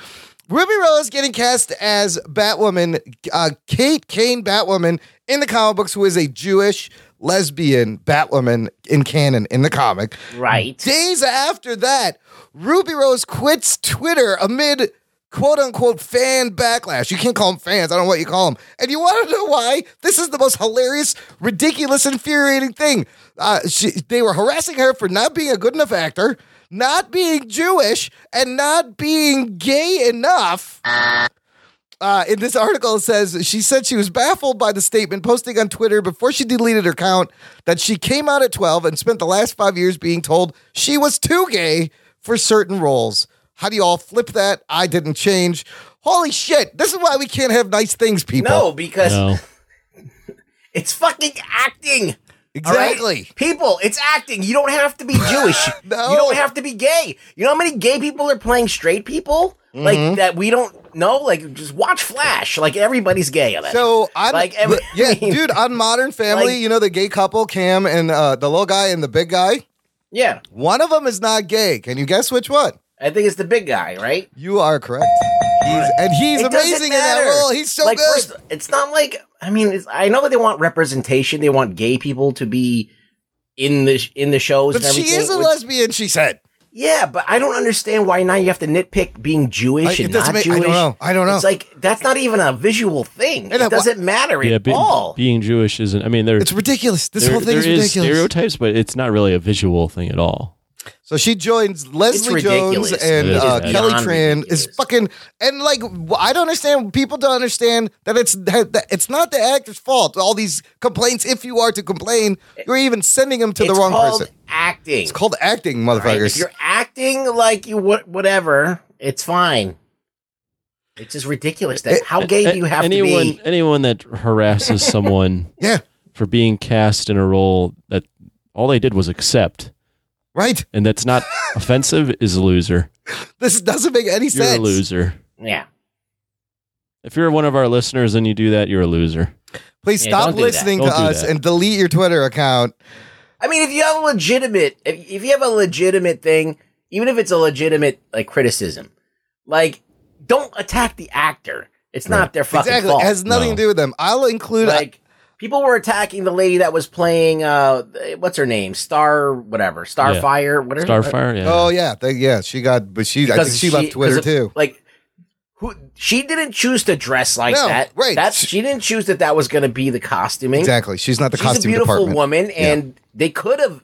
Ruby Rose getting cast as Batwoman, uh, Kate Kane Batwoman in the comic books, who is a Jewish lesbian Batwoman in canon in the comic. Right. Days after that, Ruby Rose quits Twitter amid quote unquote fan backlash. You can't call them fans. I don't know what you call them. And you want to know why? This is the most hilarious, ridiculous, infuriating thing. Uh, she, they were harassing her for not being a good enough actor, not being Jewish, and not being gay enough. Uh, in this article, it says she said she was baffled by the statement posting on Twitter before she deleted her account that she came out at 12 and spent the last five years being told she was too gay for certain roles. How do you all flip that? I didn't change. Holy shit. This is why we can't have nice things, people. No, because No. it's fucking acting. all right? exactly. People, it's acting. You don't have to be Jewish. No. You don't have to be gay. You know how many gay people are playing straight people? Mm-hmm. Like that we don't know? Like just watch Flash. Like everybody's gay on it. So I'm Like, every- yeah, I mean, dude. On Modern Family, like- you know the gay couple, Cam and uh, the little guy and the big guy. yeah. One of them is not gay. Can you guess which one? I think it's the big guy, right? You are correct. He's and he's It doesn't amazing in that matter. role. He's so like, good. first, it's not like I mean, it's, I know that they want representation. They want gay people to be in the sh- in the shows. But and she everything, is a which- lesbian, she said. Yeah, but I don't understand why now you have to nitpick being Jewish I- it and doesn't not make- I Jewish. don't know. I don't know. It's like that's not even a visual thing. And It I- doesn't matter yeah, at be- all. being Jewish isn't. I mean, there It's ridiculous. This there, whole thing there is is ridiculous. stereotypes, but it's not really a visual thing at all. So she joins Leslie Jones ridiculous. and It is uh, bad. Kelly Beyond Tran is ridiculous. fucking and like w- I don't understand people don't understand that it's that, that it's not the actor's fault. All these complaints, if you are to complain, you're even sending them to it's the wrong called person. acting. It's called acting, right? If motherfuckers. you're acting like you what whatever, it's fine. It's just ridiculous that Eh, how gay do you have eh, anyone, to be? Anyone that harasses someone yeah, for being cast in a role that all they did was accept, right. and that's not offensive, is a loser. This doesn't make any You're sense. a loser. Yeah. If you're one of our listeners and you do that, you're a loser. Please Yeah, stop don't do that. listening to Don't do us that. and delete your Twitter account. I mean, if you have a legitimate, if, if you have a legitimate thing, even if it's a legitimate like criticism, like don't attack the actor. It's not their fucking Exactly, fault. it has nothing No. to do with them. I'll include. like people were attacking the lady that was playing, uh, what's her name, Star whatever, Starfire, whatever, Starfire, yeah. oh yeah, they- yeah. She got, but she. I think she, left Twitter 'cause of- too. Like. Who, she didn't choose to dress like No, that. right. That's she didn't choose that. That was going to be the costuming. Exactly. She's not the she's costume a beautiful department. woman, and they could have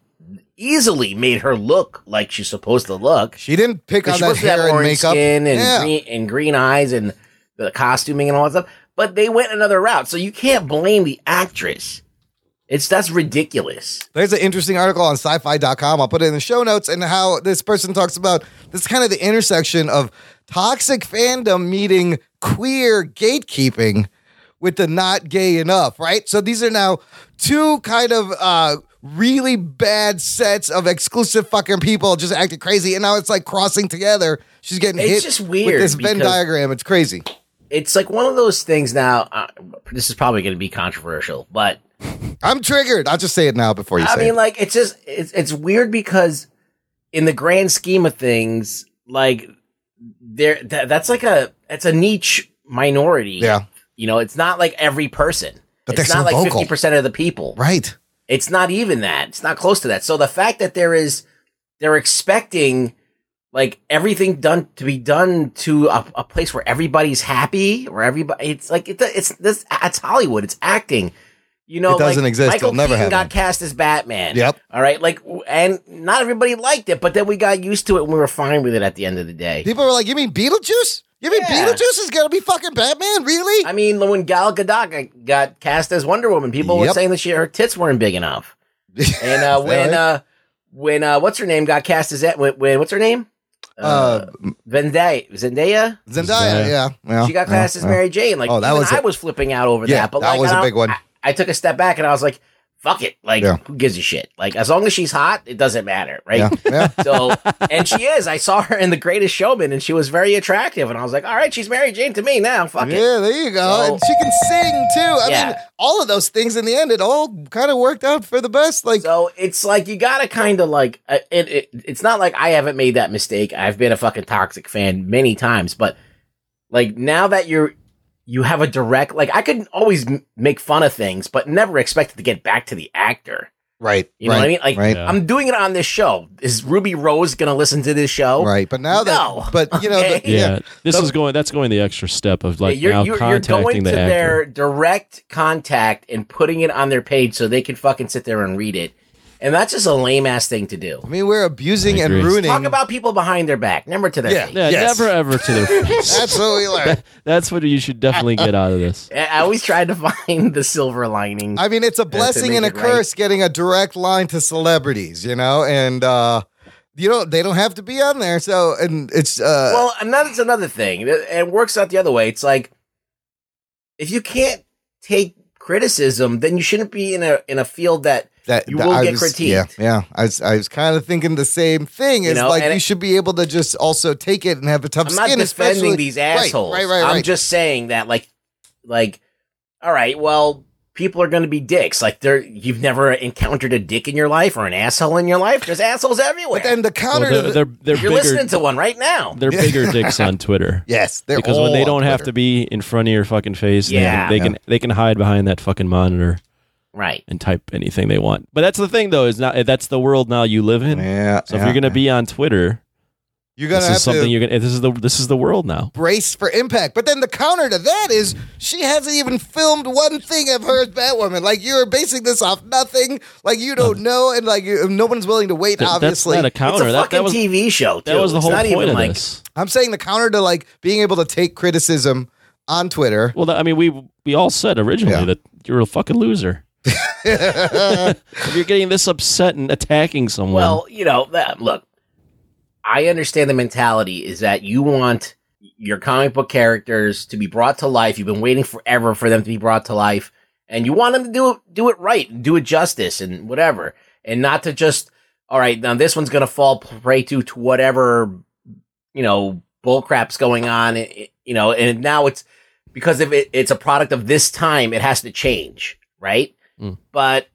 easily made her look like she's supposed to look. She didn't pick on She that was hair and orange makeup. skin and yeah. green and green eyes and the costuming and all that stuff. But they went another route, so you can't blame the actress. It's that's ridiculous. There's an interesting article on sci-fi.com. I'll put it in the show notes and how this person talks about this kind of the intersection of toxic fandom meeting queer gatekeeping with the not gay enough, right? So these are now two kind of uh really bad sets of exclusive fucking people just acting crazy and now it's like crossing together. She's getting It's hit just with weird this Venn because- diagram. It's crazy. It's like one of those things. Now, uh, this is probably going to be controversial, but I'm triggered. I'll just say it now before you I say mean, it. like it's just it's it's weird because in the grand scheme of things, like there tha- that's like a it's a niche minority. Yeah. you know, it's not like every person. But it's they're not so like vocal. fifty percent of the people. Right. It's not even that. It's not close to that. So the fact that there is, they're expecting like everything done to be done to a, a place where everybody's happy, where everybody, it's like, it, it's this, it's Hollywood, it's acting. You know, It doesn't like, exist. Michael It'll never Keaton happen. got cast as Batman. Yep. All right. Like, w- and not everybody liked it, but then we got used to it and we were fine with it at the end of the day. People were like, "You mean Beetlejuice? You mean Yeah. Beetlejuice is gonna be fucking Batman? Really?" I mean, when Gal Gadot got- got cast as Wonder Woman, people Yep. were saying that she, her tits weren't big enough. And uh, Is that when right? uh, when uh, what's her name got cast as that? When, when what's her name? Uh, Zendaya. Zendaya. Zendaya, yeah, yeah, she got Oh, yeah, cast as yeah. Mary Jane. Like Oh, that even was I a- was flipping out over Yeah, that. But that like, was I a don't- big one. I, I took a step back and I was like, "Fuck it! Like, Yeah. who gives a shit? Like, as long as she's hot, it doesn't matter, right?" Yeah, yeah. So, and she is. I saw her in The Greatest Showman, and she was very attractive. And I was like, "All right, she's Mary Jane to me now. Fuck it." Yeah, there you go. So- and she can sing too. I mean, Yeah. all of those things in the end, it all kind of worked out for the best. Like, So it's like you gotta kind of like uh, it, it. It's not like I haven't made that mistake. I've been a fucking toxic fan many times, but like now that you're you have a direct like I could always m- make fun of things, but never expected to get back to the actor. right, You know what I mean? Like right, I'm doing it on this show. Is Ruby Rose gonna listen to this show? right. But now No. that, but you know, the- Okay. Yeah, yeah, this So- is going. That's going the extra step of like you're, now you're, you're contacting going the to actor. their direct contact and putting it on their page so they can fucking sit there and read it. And that's just a lame ass thing to do. I mean, we're abusing I and agree. ruining. Talk about people behind their back, never to their Yeah. face. yeah, Yes. never ever to their face. that's what we learned. That's what you should definitely get out of this. I I always try to find the silver lining. I uh, mean, it's a to blessing make and a it right. curse getting a direct line to celebrities, you know, and uh, you know they don't have to be on there. So, and it's uh, well, and that's another thing. It it works out the other way. It's like if you can't take criticism, then you shouldn't be in a in a field that that you that will I get was, critiqued. Yeah, yeah. I was, I was kind of thinking the same thing. You It's know, like and you it- should be able to just also take it and have a tough I'm not skin. defending especially- these Right, assholes. Right, right, right. I'm just saying that, like, like, all right, well, people are going to be dicks. Like, they're you've never encountered a dick in your life or an asshole in your life. There's assholes everywhere. but then the Well, counter to they're the- they're, they're You're bigger. listening to one right now. They're bigger dicks on Twitter. yes, they're because when all they on don't have to Twitter. be in front of your fucking face, and Yeah. they, can, they can they can hide behind that fucking monitor Right. and type anything they want. But that's the thing, though, is not that's the world now you live in. Yeah. So if you're gonna be on Twitter, you're gonna this have is something to you're gonna. This is the this is the world now. brace for impact. But then the counter to that is she hasn't even filmed one thing of her as Batwoman. Like you're basing this off nothing. Like you don't know, and like you, no one's willing to wait. Th- obviously, that's not a It's counter. a that, fucking that was TV show. Too. that was the It's whole not point even of like, this. I'm saying the counter to like being able to take criticism on Twitter. Well, that, I mean, we we all said originally Yeah. that you're a fucking loser. if you're getting this upset and attacking someone, Well, you know, that, look, I understand the mentality is that you want your comic book characters to be brought to life. You've been waiting forever for them to be brought to life, and you want them to do it, do it right, do it justice, and whatever, and not to just all right. Now this one's gonna fall prey to to whatever you know bullcrap's going on. It- it- you know, and now it's because if it, it's a product of this time, it has to change, right? Hmm. Mm. But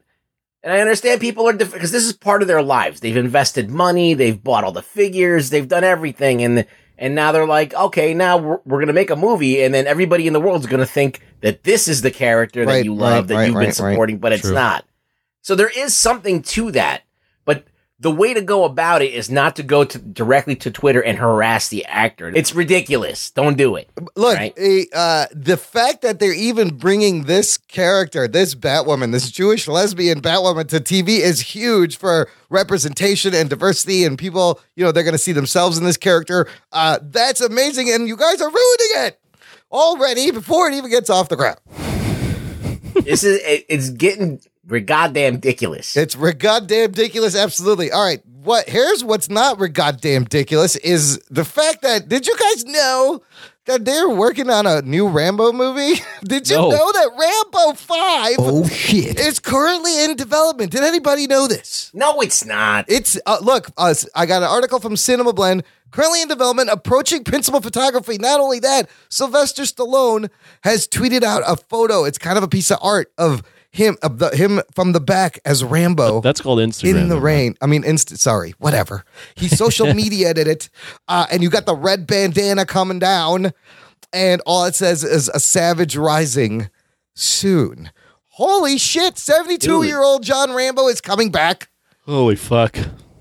and I understand people are because this is part of their lives. They've invested money, they've bought all the figures, they've done everything, and and now they're like, okay, now we're, we're gonna make a movie, and then everybody in the world's gonna think that this is the character Right, that you love right, that right, you've right, been right. supporting, but it's True. not. So there is something to that, but the way to go about it is not to go to directly to Twitter and harass the actor. It's ridiculous. Don't do it. Look, Right. eh, uh, the fact that they're even bringing this character, this Batwoman, this Jewish lesbian Batwoman to TV is huge for representation and diversity, and people, you know, they're going to see themselves in this character. Uh, that's amazing, and you guys are ruining it already before it even gets off the ground. this is it, it's getting ri- goddamn ridiculous. It's re- goddamn ridiculous. Absolutely. All right. What here's what's not re- goddamn ridiculous is the fact that did you guys know that they're working on a new Rambo movie? did you No. know that Rambo Five? Oh shit! Is currently in development. Did anybody know this? no, it's not. It's uh, look. Uh, I got an article from Cinema Blend. Currently in development, approaching principal photography. Not only that, Sylvester Stallone has tweeted out a photo. It's kind of a piece of art of him of the him from the back as Rambo that's called Instagram. in the rain. I mean, inst- sorry, whatever. He social media did it, uh, and you got the red bandana coming down, and all it says is a savage rising soon. Holy shit! Seventy-two Dude. year old John Rambo is coming back. Holy fuck!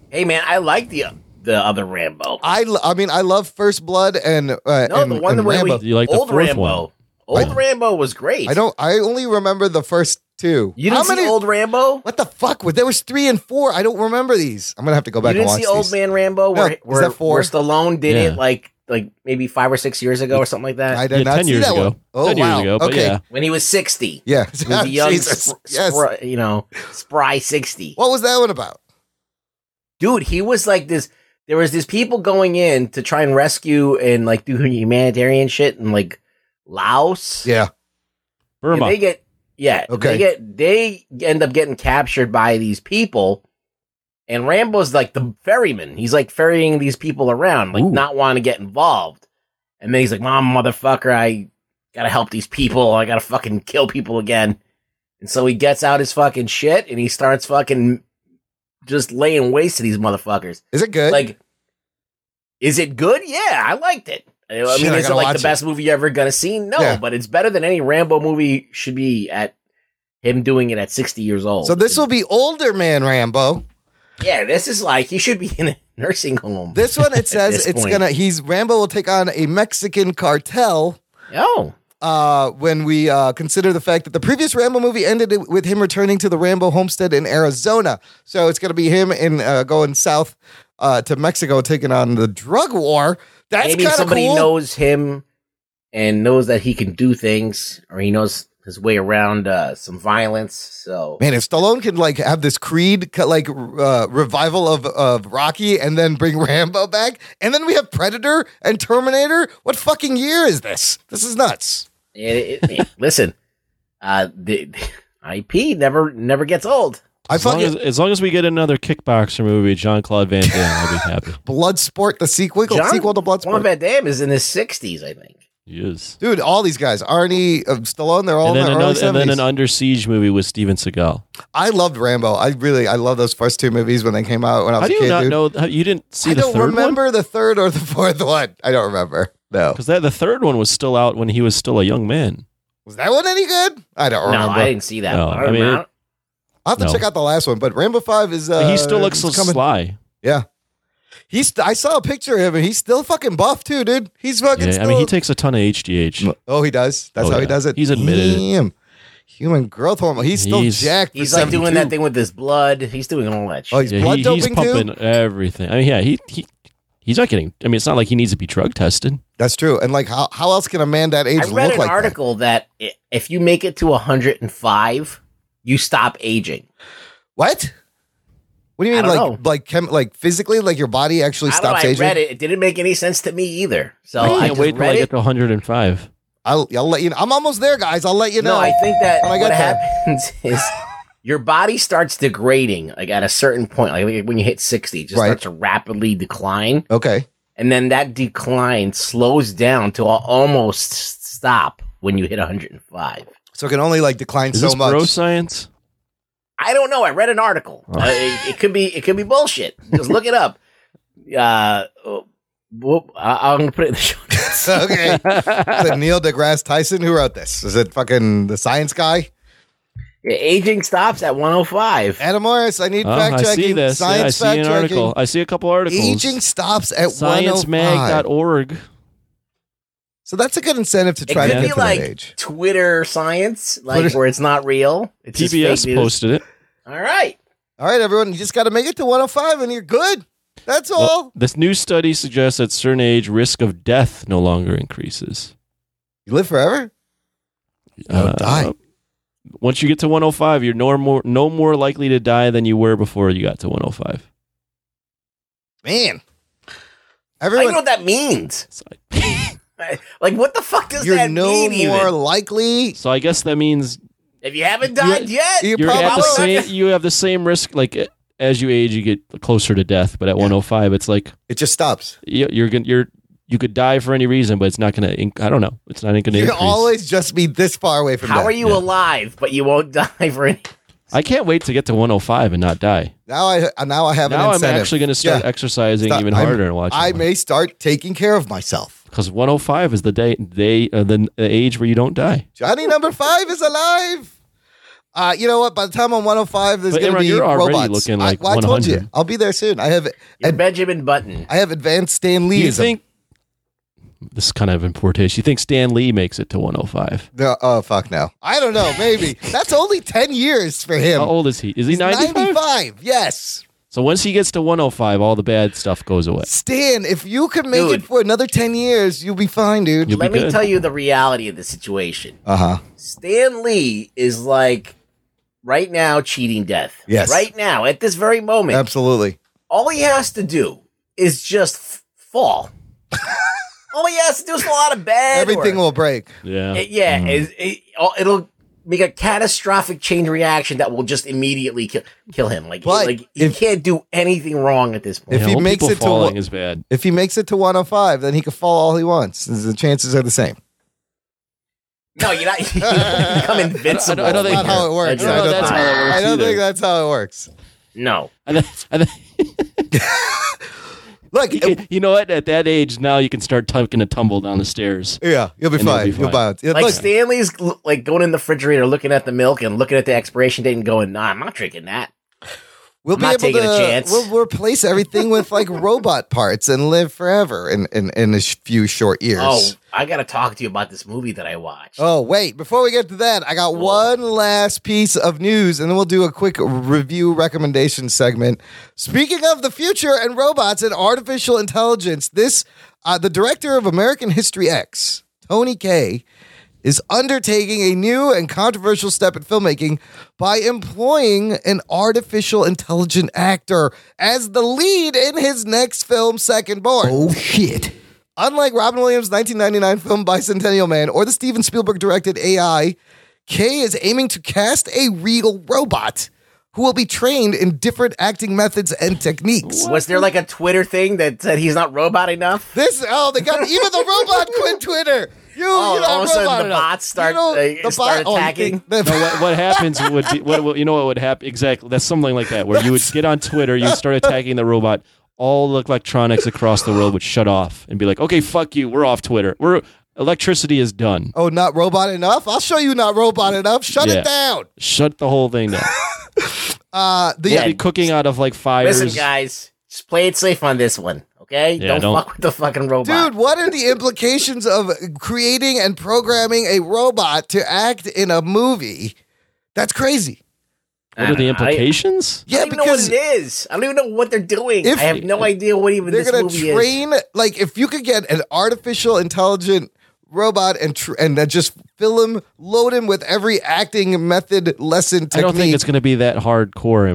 Hey man, I like the the other Rambo. I, l- I mean, I love First Blood and uh, No, and, the one and the way Rambo. we You like the old fourth Rambo. one. Old Rambo was great. I don't. I only remember the first two. You didn't How many? see old Rambo? what the fuck? Was there was three and four? I don't remember these. I'm gonna have to go You back and didn't watch see old these. man Rambo No, where is where, that four? where Stallone did Yeah. it like like maybe five or six years ago or something like that. I did Yeah, not 10 see years that ago. one. Oh, 10 years wow. ago, but Okay. yeah. when he was sixty. Yeah. he was a young, Jesus. spr- spr- you know, spry sixty. What was that one about? Dude, he was like this. There was these people going in to try and rescue and like do humanitarian shit in like Laos. Yeah. And Burma. they get yeah. Okay. They get they end up getting captured by these people, and Rambo's like the ferryman. He's like ferrying these people around, like not wanting to get involved. And then he's like, "Mom, motherfucker, I gotta help these people. I gotta fucking kill people again." And so he gets out his fucking shit and he starts fucking just laying waste to these motherfuckers. Is it good? Like, is it good? Yeah, I liked it. I I Shit, mean, I is it gotta like watch the it. best movie you ever gonna see? No, Yeah. but it's better than any Rambo movie should be at him doing it at 60 years old. So this will be older man Rambo. yeah, this is like he should be in a nursing home. This one it says this it's point. gonna he's Rambo will take on a Mexican cartel. Oh. Uh, when we uh, consider the fact that the previous Rambo movie ended it with him returning to the Rambo homestead in Arizona, so it's going to be him in uh, going south uh, to Mexico, taking on the drug war. That's Maybe kind of somebody cool. knows him and knows that he can do things, or he knows his way around uh, some violence. So Man, if Stallone could like have this Creed co- like uh, revival of of Rocky, and then bring Rambo back, and then we have Predator and Terminator. What fucking year is this? This is nuts. it, it- it- listen, uh, the, IP never never gets old. I As long, fucking as, as long as we get another kickboxer movie, Jean Claude Van Damme, I'll be happy. Bloodsport, the sequel, John- sequel to Juan Bloodsport. Van Damme is in his 60s, I think. Yes. Dude, all these guys, Arnie, uh, Stallone, they're all And in then, their another, and early then 70s. an Under Siege movie with Steven Seagal. I loved Rambo. I really, I love those first two movies when they came out when I was How do a you kid. not dude. know? How, you didn't see I the don't third remember the third or the fourth one. I don't remember. No. Because that the third one was still out when he was still a young man. Was that one any good? I Oh, don't No, remember. I didn't see that. No, one. I, I mean, mean, I'll have to No. check out the last one, but Rambo 5 is. Uh, he still looks so it's coming. sly. Yeah. He's, I saw a picture of him and he's still fucking buff too, dude. He's fucking Yeah, still. I mean, he takes a ton of HGH. oh, he does? That's Oh, how he yeah. does it? He's admitted it. Damn. Human growth hormone. He's still He's- jacked. for he's like doing 72. that thing with his blood. He's doing all that shit. Oh, he's Yeah, blood he, he's doping too? pumping everything. I mean, yeah, he, he he's not getting. I mean, it's not like he needs to be drug tested. That's true. And like, how, how else can a man that age I read look an like that? article that. i if you make it to 105, you stop aging. What? What do you I mean, like, don't know. like, chem- like physically, like your body actually I, don't know, stops I aging? read it. It didn't make any sense to me either. So I Oh, I can't just wait till read I it. get to 105. I'll, I'll let you. know. I'm almost there, guys. I'll let you know. no, I think that When I what get there. happens is your body starts degrading like at a certain point. Like when you hit 60, it just Right. starts to rapidly decline. okay. And then that decline slows down to a- almost stop when you hit 105. So it can only like decline Is so this much. bro science? I don't know. I read an article. Oh. Uh, it, it could be it could be bullshit. Just look it up. Uh, oh, whoop, I, I'm gonna put it in the show. notes. okay. Is it Neil deGrasse Tyson who wrote this? Is it fucking the science guy? Yeah, Aging stops at 105. Adam Morris, I need Oh, I fact see checking. this. Yeah, I Science see an fact article. checking. I see a couple articles. Aging stops at one oh ScienceMag.org. So that's a good incentive to It try to could get be to like that age. Twitter science, like Twitter- where it's not real. It's just fake PBS news. posted it. All right. All right, everyone, you just got to make it to 105 and you're good. That's all. Well, this new study suggests that certain age risk of death no longer increases. you live forever. uh, Don't die. Once you get to 105, you're no more no more likely to die than you were before you got to 105. Man. I don't Everyone, know what that means. So, Like, what the fuck does you're that no mean? even? more likely. so I guess that means If you haven't died yet, You you're at the probably same you have the same risk like as you age you get closer to death, but at 105 it's like it just stops. you- you're gon- you're you could die for any reason, but it's not gonna. Inc- I don't know. It's not gonna You increase. can always just be this far away from how death. are you Yeah. alive but you won't die for any? I can't wait to get to 105 and not die. Now I now I have Now an I'm incentive. actually gonna start Yeah. exercising Stop. even I'm- harder and watching. I may start taking care of myself. because 105 is the day they uh, the, the age where you don't die. Johnny number five is alive. Uh, you know what? By the time I'm 105, there's But going to Imran, be you're already robots. looking I- like well, I, told you, 100. I'll be there soon. I have You're Benjamin Button. I have advanced Stan Lee. you think this is kind of in poor taste. You think Stan Lee makes it to 105? No, oh fuck no! I don't Oh, know. Maybe that's only ten years for him. How old is he? Is he He's 95? 95. Yes. So once he gets to 105, all the bad stuff goes away. Stan, if you could make it for another 10 years, you'll be fine, dude. Let me tell you the reality of the situation. Uh huh. Stan Lee is like right now cheating death. Yes. Right now, at this very moment. Absolutely. All he has to do is just f- fall. all he has to do is fall out of bed. Everything or- will Mm. break. Yeah. It- yeah, is- it, all- it'll make a catastrophic chain reaction that will just immediately kill, kill him. Like, But like he if- can't do anything wrong at this point. If he old makes people it to falling one- is bad. If he makes it to 105, then he can fall all he wants. The chances are the same. No, you're not. You become invincible. I don't think- That's not how it works. That's not- I don't, think- that's not how it works I don't either. think that's how it works. no. And then, and then, Look, you, can- you know what? At that age, now you can start taking a tumble down the stairs. yeah, you'll be And you'll fine. be You'll fine. bounce. Yeah, Like look, Stanley's l- like going in the refrigerator, looking at the milk and looking at the expiration date, and going, "Nah, I'm not drinking that." we'll I'm be not able taking to a chance. We'll, we'll replace everything with like robot parts and live forever in in, in a sh- few short years. Oh, I gotta talk to you about this movie that I watched. Oh, wait, before we get to that, I got one last piece of news and then we'll do a quick review recommendation segment. Speaking of the future and robots and artificial intelligence, this uh, the director of American History X, Tony Kaye, is undertaking a new and controversial step in filmmaking by employing an artificial intelligent actor as the lead in his next film, Second Born. Oh, shit. Unlike Robin Williams' 1999 film Bicentennial Man or the Steven Spielberg directed AI, Kay is aiming to cast a real robot who will be trained in different acting methods and techniques. Was there like a Twitter thing that said he's not robot enough? This oh they got even the robot quit Twitter. You Oh, you're not all of a sudden robot the enough. bots start- don't- they start oh, you attacking. think the- No, what, what happens would be what, what you know what would happen exactly that's something like that where you would get on twitter you start attacking the robot all the electronics across the world would shut off and be like okay fuck you we're off twitter we're electricity is done oh, not robot enough. I'll show you not robot enough. Shut Yeah. it down. shut the whole thing down Uh, the They'd be cooking out of like fires Listen, guys, just play it safe on this one, okay? Yeah, don't, don't- fuck with the fucking robot. Dude, what are the implications of creating and programming a robot to act in a movie? That's crazy. what are the implications I Yeah, don't even know what because it is. I don't even know what they're doing. If- I have no idea what even they're this gonna movie is. train like if you could get an artificial intelligent robot and tr- and then just fill him, load him with every acting method lesson technique. Hmm. i don't think it's going to be that hardcore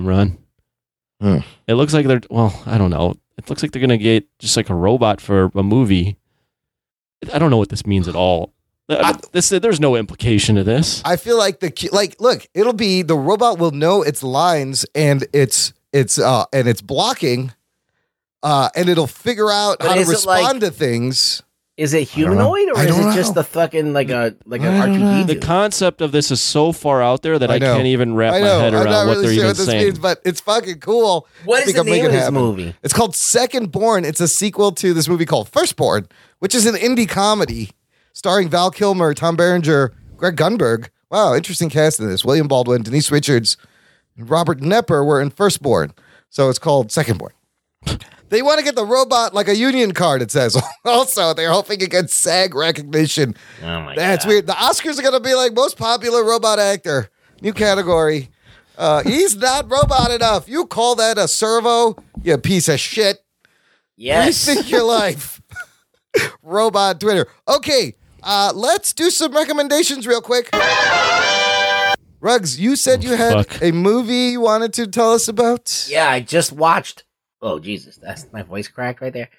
imran it looks like they're well i don't know it looks like they're going to get just like a robot for a movie i don't know what this means at all this, there's no implication to this I feel like the cu- like look, it'll be the robot will know its lines and its its uh and its blocking, uh, and it'll figure out But how to is it like- respond to things. Is it humanoid or I is it don't just know. the fucking like a like an I don't know. RPG? The concept of this is so far out there that I I, know. can't even wrap I my know head I'm around not what really sure they're even what this saying. means, but it's fucking cool. I What is think the I'm name making of it this happen. movie? It's called Second Born. It's a sequel to this movie called First Born, which is an indie comedy starring Val Kilmer, Tom Berenger, Greg Gunberg. Wow, interesting cast in this. William Baldwin, Denise Richards, and Robert Nepper were in First Born. So it's called Second Born. They want to get the robot like a union card, it says. also, they're hoping it gets SAG recognition. oh my That's God. weird. The Oscars are going to be like most popular robot actor, new category. Uh, he's not robot enough. You call that a servo? You piece of shit. Yes. Rethink your life. robot Twitter. Okay, uh, let's do some recommendations real quick. Ruggs, you said you had Fuck. a movie you wanted to tell us about. Yeah, I just watched. Oh Jesus, that's my voice cracked right there.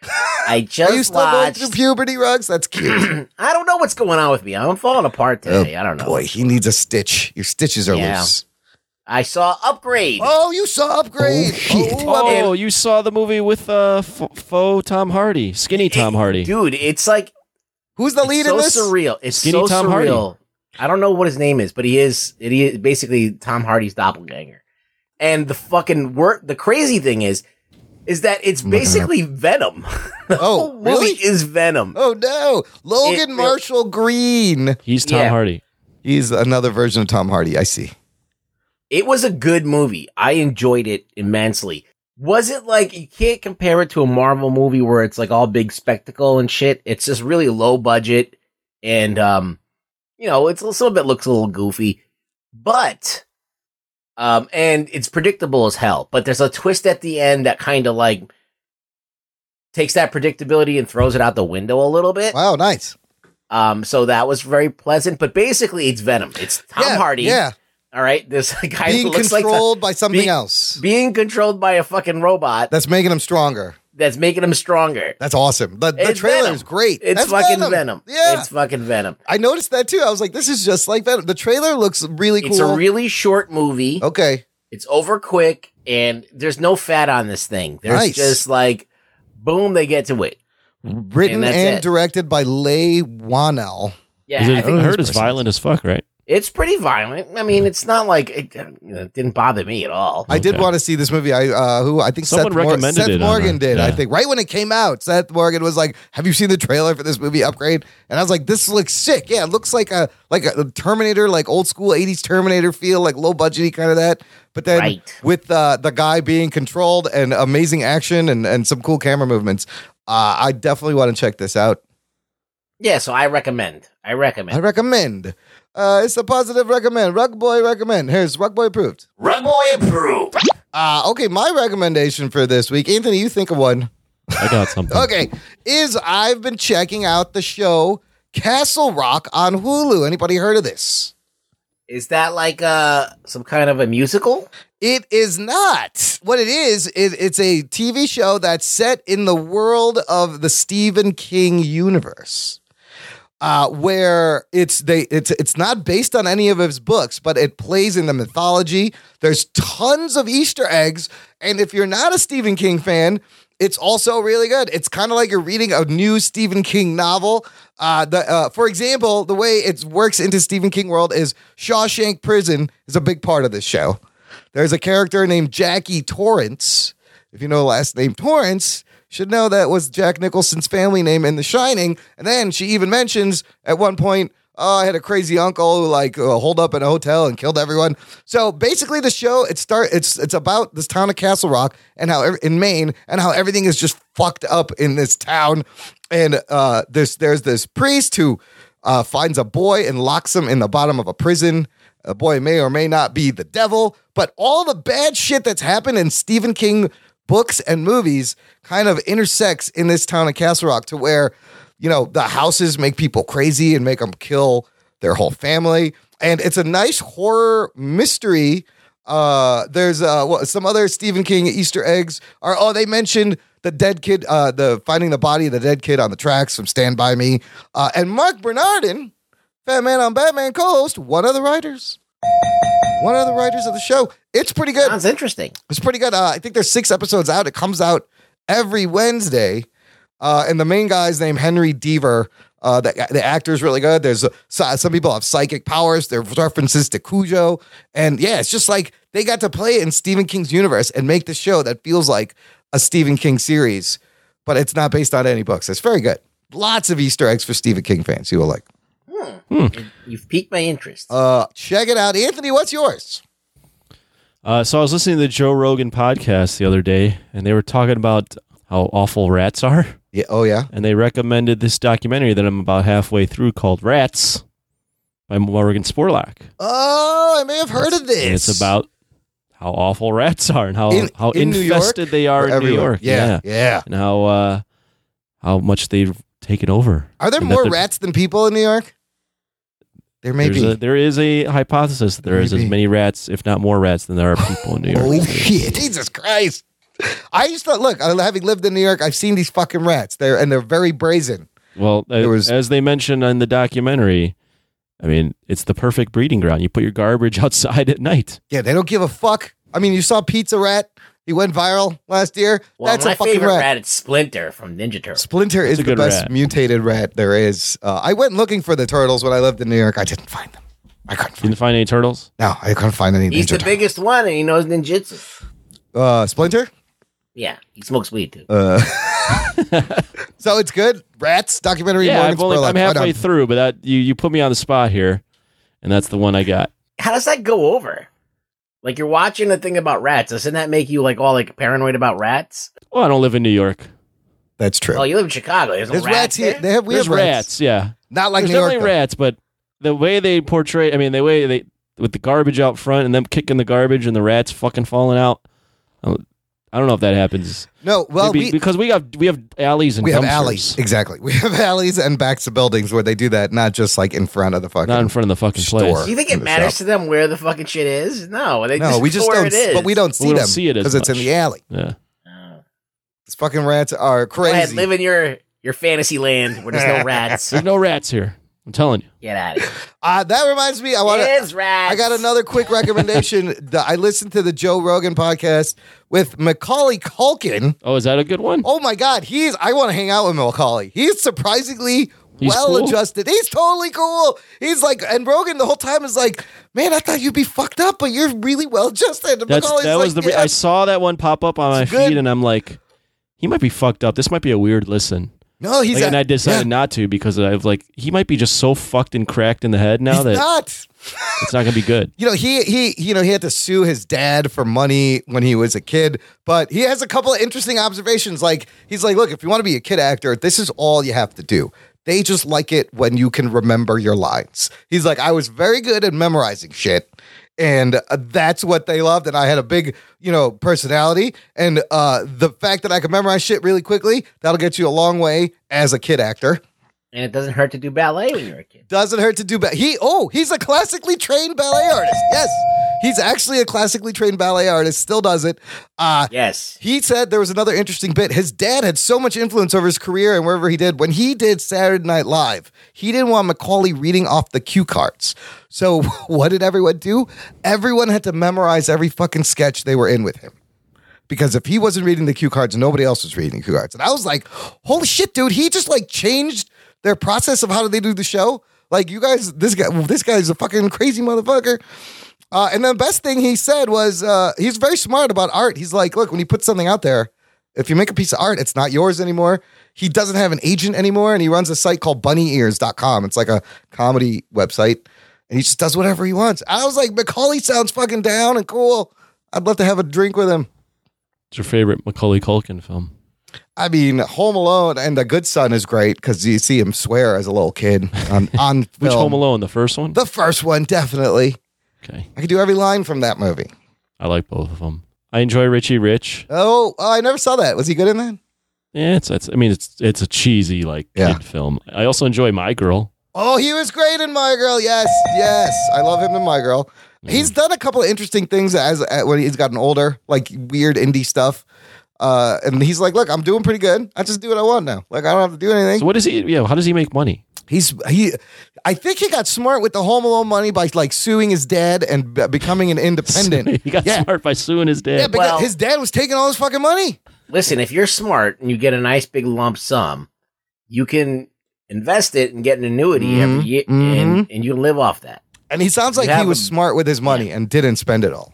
I Are you just still going watched. through puberty, Ruggs? That's cute. I don't know what's going on with me. I'm falling apart Oh, today. I don't know. Boy, he needs a stitch. Your stitches are Yeah. loose. I saw Upgrade. Oh, you saw upgrade. Oh, mean- Oh, you saw the movie with uh, f- faux Tom Hardy, skinny Tom Hardy. dude. It's like who's the it's lead so in this? surreal. It's Skinny so Tom Hardy. surreal. I don't know what his name is, but he is it is basically Tom Hardy's doppelganger. And the fucking work. The crazy thing is, is that it's basically Venom. The Oh, whole really? movie Is Venom? Oh no, It- Logan it- Marshall Green. He's Tom Yeah. Hardy. He's another version of Tom Hardy. I see. It was a good movie. I enjoyed it immensely. Was it like you can't compare it to a Marvel movie where it's like all big spectacle and shit? It's just really low budget and um you know, it's some of it looks a little goofy. But Um, and it's predictable as hell, but there's a twist at the end that kind of like takes that predictability and throws it out the window a little bit. Wow, nice. Um, so that was very pleasant, but basically it's Venom. It's Tom Yeah, Hardy. yeah. All right. This guy Being who looks like controlled by something being- else. Being controlled by a fucking robot That's making him stronger. that's making him stronger. That's awesome. The, the It's trailer Venom. is great. It's That's fucking Venom. Yeah. It's fucking Venom. I noticed that too. I was like, this is just like Venom. The trailer looks really cool. Oh. It's a really short movie. okay. It's over quick, and there's no fat on this thing. There's Nice. just like, boom, they get to it. Written and, And that's it. directed by Leigh Whannell. Yeah, Is I it, think I heard it's violent as fuck, right? it's pretty violent. I mean, it's not like it, uh, it didn't bother me at all. I did Okay. want to see this movie. I uh, who I think Seth, Someone Mor- recommended Seth it on Morgan a- did. I yeah. think right when it came out, Seth Morgan was like, "Have you seen the trailer for this movie Upgrade?" And I was like, "This looks sick. Yeah, it looks like a like a Terminator, like old school '80s Terminator feel, like low budgety kind of that." But then Right. with uh, the guy being controlled and amazing action and and some cool camera movements, uh, I definitely want to check this out. Yeah, so I recommend. I recommend. I recommend. Uh, it's a positive recommend. Rug boy recommend. Here's Rug boy approved. Run boy approved. Uh, okay, my recommendation for this week, Anthony, you think of one. I got something. Okay, is I've been checking out the show Castle Rock on Hulu. Anybody heard of this? Is that like uh some kind of a musical? It is not. What it is, it, it's a TV show that's set in the world of the Stephen King universe. uh, where it's they it's it's not based on any of his books, but it plays in the mythology. There's tons of Easter eggs, and if you're not a Stephen King fan, it's also really good. It's kind of like you're reading a new Stephen King novel. Uh, the uh, for example, the way it works into Stephen King world is Shawshank Prison is a big part of this show. There's a character named Jackie Torrance. If you know the last name Torrance, should know that was Jack Nicholson's family name in The Shining. And then she even mentions at one point, "Oh, I had a crazy uncle who like uh, holed up in a hotel and killed everyone." So basically, the show it start it's it's about this town of Castle Rock and how ev- in Maine and how everything is just fucked up in this town. And uh, there's there's this priest who uh, finds a boy and locks him in the bottom of a prison. A boy may or may not be the devil, but all the bad shit that's happened in Stephen King books and movies kind of intersects in this town of Castle Rock to where, you know, the houses make people crazy and make them kill their whole family. And it's a nice horror mystery. Uh, there's uh, what, some other Stephen King Easter eggs. Are oh, they mentioned the dead kid, uh, the finding the body of the dead kid on the tracks from Stand By Me, uh, and Mark Bernardin. Fat Man on Batman co-host, one of the writers. One of the writers of the show. It's pretty good. Sounds interesting. It's pretty good. Uh, I think there's six episodes out. It comes out every Wednesday. Uh, and the main guy's named Henry Deaver. Uh, the, the actor's really good. There's uh, so- some people have psychic powers. There's references to Cujo, and yeah, it's just like they got to play in Stephen King's universe and make the show that feels like a Stephen King series, but it's not based on any books. It's very good. Lots of Easter eggs for Stephen King fans. You will like. Hmm. You've piqued my interest. Uh, check it out, Anthony. What's yours? Uh, so I was listening to the Joe Rogan podcast the other day, and they were talking about how awful rats are, Yeah. Oh yeah. and they recommended this documentary that I'm about halfway through called Rats by Morgan Spurlock. Oh, I may have heard of And this. it's about how awful rats are and how In- how in New York infested they Or are in New everywhere. York. Yeah, yeah. and how uh, how much they've taken over. Are there And that more they're- rats than people in New York? There may there's be. a- there is a hypothesis that there is as Maybe. Oh, many rats, if not more rats, than there are people in New York. Holy shit! Jesus Christ! I used to look. I- Having lived in New York, I've seen these fucking rats. They're and they're very brazen. Well, There uh, was- as they mentioned on the documentary, I mean, it's the perfect breeding ground. You put your garbage outside at night. Yeah, they don't give a fuck. I mean, you saw Pizza Rat. He went viral last year. well, That's my a fucking favorite rat. rat. is Splinter from Ninja Turtles. Splinter is the a good best rat. mutated rat there is. Uh, I went looking for the turtles when I lived in New York. I didn't find them. I couldn't. You Find didn't find any turtles? No, I couldn't find any. He's Ninja the Turtles. biggest one, and he knows ninjutsu. uh, Splinter. Yeah, he smokes weed Uh, too. So it's good. Rats documentary. yeah, Morgan I've only, Spurlock. I'm Right halfway on. through, but that you, you put me on the spot here, and that's the one I got. How does that go over? Like you're watching a thing about rats. Doesn't that make you like all like paranoid about rats? Well, Oh, I don't live in New York. That's true. Oh, you live in Chicago. There's, no There's rats, rats here. there? They have we There's have rats. yeah. Not like There's New York. definitely though. rats, but the way they portray, I mean, the way they with the garbage out front and them kicking the garbage and the rats fucking falling out. I don't know if that happens. No, well, Maybe- we- because we have we have alleys and we have dumpsters. alleys. Exactly. We have alleys and backs of buildings where they do that, not just like in front of the fucking not in front of the fucking store. place. Do you think in it the matters shop. to them where the fucking shit is? No, they No, just we just know where don't. it is. But we don't see We don't them see it as because it's in much. the alley. Yeah. These fucking rats are Go ahead, crazy. live in your your fantasy land where there's no rats. There's no rats here. I'm telling you. Get out of here. Uh, that reminds me, I want It to. is rats. I got another quick recommendation. The- I listened to the Joe Rogan podcast with Macaulay Culkin. Oh, is that a good one? Oh my God, he's. I want to hang out with Macaulay. He's surprisingly He's cool? well adjusted. He's totally cool. He's like, and Rogan the whole time is like, man, I thought you'd be fucked up, but you're really well adjusted. And That's Macaulay's that was the like, re- "Yeah." I saw that one pop up on my It's good. feed and I'm like, he might be fucked up. This might be a weird listen. no, he's Like, and a- I decided not to because I've like he might be just so fucked and cracked in the head now he's that not. it's not gonna be good. you know he he you know he had to sue his dad for money when he was a kid but he has a couple of interesting observations like he's like look if you want to be a kid actor this is all you have to do they just like it when you can remember your lines he's like i was very good at memorizing shit and uh, that's what they loved and i had a big you know personality and uh the fact that i could memorize shit really quickly that'll get you a long way as a kid actor And it doesn't hurt to do ballet when you're a kid. doesn't hurt to do ballet. He oh, he's a classically trained ballet artist. Yes, he's actually a classically trained ballet artist. Still does it. Uh, Yes. he said there was another interesting bit. His dad had so much influence over his career and wherever he did. When he did Saturday Night Live, he didn't want Macaulay reading off the cue cards. So what did everyone do? Everyone had to memorize every fucking sketch they were in with him. Because if he wasn't reading the cue cards, nobody else was reading the cue cards. And I was like, holy shit, dude, he just like changed their process of how they do the show. Like, you guys, this guy, this guy's a fucking crazy motherfucker. Uh, and the best thing he said was uh, he's very smart about art. He's like, look, when you put something out there, if you make a piece of art, it's not yours anymore. He doesn't have an agent anymore, and he runs a site called bunnyears.com. It's like a comedy website, and he just does whatever he wants. I was like, Macaulay sounds fucking down and cool. I'd love to have a drink with him. It's your favorite Macaulay Culkin film. I mean, Home Alone and The Good Son is great because you see him swear as a little kid on, on film. Which Home Alone, the first one? The first one, definitely. Okay. I could do every line from that movie. I like both of them. I enjoy Richie Rich. Oh, oh I never saw that. Was he good in that? Yeah, it's, it's I mean it's it's a cheesy like Yeah. kid film. I also enjoy My Girl. Oh, he was great in My Girl. Yes, yes, I love him in My Girl. He's done a couple of interesting things as, as when he's gotten older, like weird indie stuff. Uh, and he's like, "Look, I'm doing pretty good. I just do what I want now. Like I don't have to do anything." So what is he? Yeah, how does he make money? He's he, I think he got smart with the Home Alone money by like suing his dad and be- becoming an independent. he got yeah, smart by suing his dad. yeah, because Well- his dad was taking all his fucking money. Listen, if you're smart and you get a nice big lump sum, you can invest it and get an annuity Mm-hmm. every year, and, and you live off that. And he sounds like he have was him. smart with his money and didn't spend it all.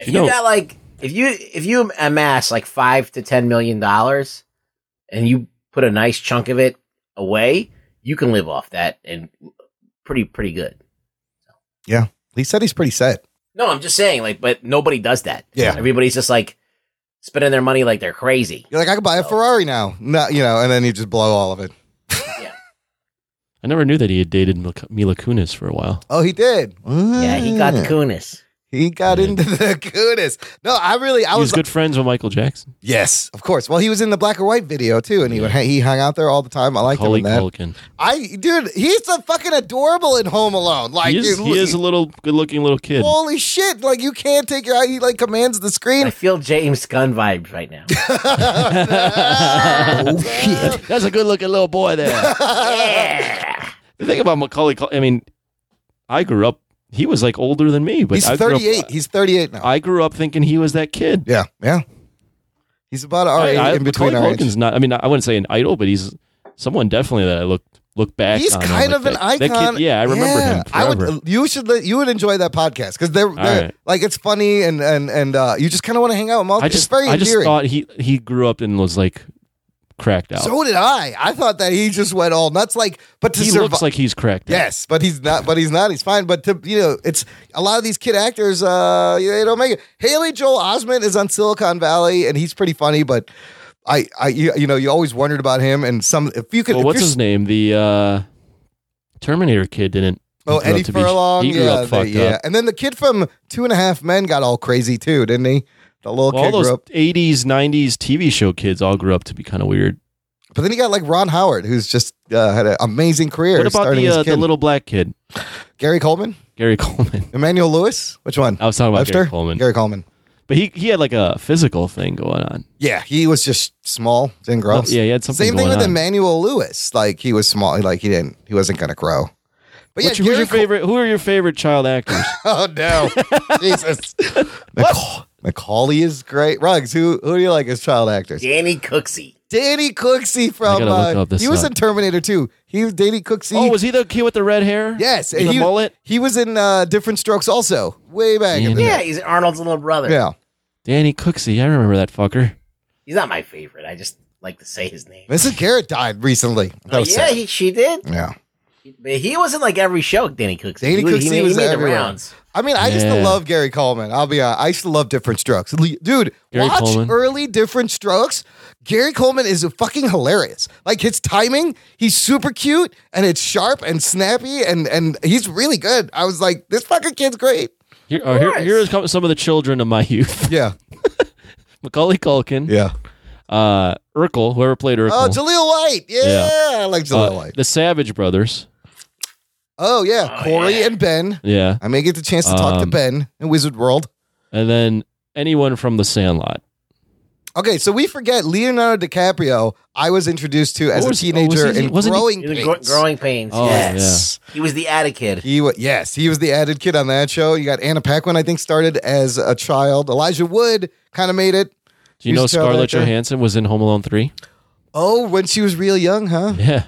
If You you, know- got like if you if you amass like five to ten million dollars, and you put a nice chunk of it away, you can live off that and pretty pretty good. Yeah, he said he's pretty set. No, I'm just saying, like, but nobody does that. Yeah. everybody's just like spending their money like they're crazy. You're like, I could buy a Ferrari now. No, you know, and then you just blow all of it. I never knew that he had dated Mil- Mila Kunis for a while. Oh, he did. Yeah, he got Mm. the Kunis. He got into the goodness. No, I really, I he was, was good friends with Michael Jackson. yes, of course. Well, he was in the black or white video too, and he would, he hung out there all the time. I liked him Macaulay in that. Culkin. I, dude, he's a fucking adorable in Home Alone. Like, He is, you- he is a little good-looking little kid. holy shit! Like, you can't take your eye. He like commands the I screen. feel James Gunn vibes right now. oh shit! That's a good-looking little boy there. The thing about Macaulay, Cul- I mean, I grew up. He was like older than me, but He's I grew up- 38. He's 38 now. I grew up thinking he was that kid. yeah, yeah. He's about our age, I, I, in between our Macaulay age. Culkin's not. I mean, I wouldn't say an idol, but he's someone definitely that I look look back. He's on and kind like of an that- that kid- icon. yeah, I remember him. I Forever. would. You should. li- You would enjoy that podcast because they're, they're right. like it's funny and and and uh, you just kind of want to hang out with multiple. I just it's very I just endearing. thought he he grew up and was like cracked out. so did I. I thought that he just went all nuts. Like, but to he survive. looks like he's cracked. out. Yes, but he's not. But he's not. He's fine. But to, you know, it's a lot of these kid actors. Uh, they don't make it. Haley Joel Osment is on Silicon Valley, and he's pretty funny. But I, I, you, you know, you always wondered about him. And some, if you could, Well, if what's you're- his name? The uh, Terminator kid didn't Oh, grew up Eddie to be- Furlong. he grew yeah, up they- fucked yeah. up. And then the kid from Two and a Half Men got all crazy too, didn't he? The little Well, all kid those grew up. '80s, '90s TV show kids all grew up to be kind of weird. But then he got like Ron Howard, who's just uh, had an amazing career. What about starting the as uh, kid. the little black kid, Gary Coleman, Gary Coleman? Emmanuel Lewis? Which one? I was talking about Gary Webster? Coleman, Gary Coleman. but he he had like a physical thing going on. Yeah, he was just small, didn't grow. Oh, yeah, he had something Same thing going with on. Emmanuel Lewis. Like he was small, like he didn't, he wasn't gonna grow. But What's yeah, your- who's Gary your favorite? Who are your favorite child actors? Oh no, Jesus! Maca- Macaulay is great. Rugs, who who do you like as child actors? Danny Cooksey. Danny Cooksey from gotta look uh, up this he was up. in Terminator 2. He was Danny Cooksey. oh, was he the kid with the red hair? yes, and the he, mullet. He was in uh, Different Strokes also, way back. In the Yeah, he's Arnold's little brother. yeah. Danny Cooksey. I remember that fucker. He's not my favorite. I just like to say his name. Mrs. Garrett died recently. That Oh, was yeah, sad. he, she did. yeah. But he wasn't like every show, Danny Cooksey. Danny he, Cooksey he, made- he was made the everywhere. rounds. I mean, I used to Yeah. love Gary Coleman. I'll be honest. I used to love Different Strokes. Le- Dude, Gary watch Coleman. early Different Strokes. Gary Coleman is fucking hilarious. Like his timing, he's super cute and it's sharp and snappy and and he's really good. I was like, this fucking kid's great. Here, oh, here, here is come- some of the children of my youth: Yeah. Macaulay Culkin, Yeah. uh, Urkel, whoever played Urkel, Oh, Jaleel White. Yeah, I like Jaleel uh, White. the Savage Brothers. Oh yeah, Corey and Ben. Yeah, I may get the chance to talk to Um, Ben in Wizard World. and then anyone from The Sandlot. Okay, so we forget Leonardo DiCaprio. I was introduced to as a was- oh, was teenager he- in wasn't he- Growing He was gro- Pains. growing pains. Oh, yes. He was the Attic kid. He was yes, he was the added kid on that show. You got Anna Paquin, I think, started as a child. Elijah Wood kind of made it. Do you He's know a child Scarlett actor. Johansson was in Home Alone three? Oh, when she was real young, huh? Yeah.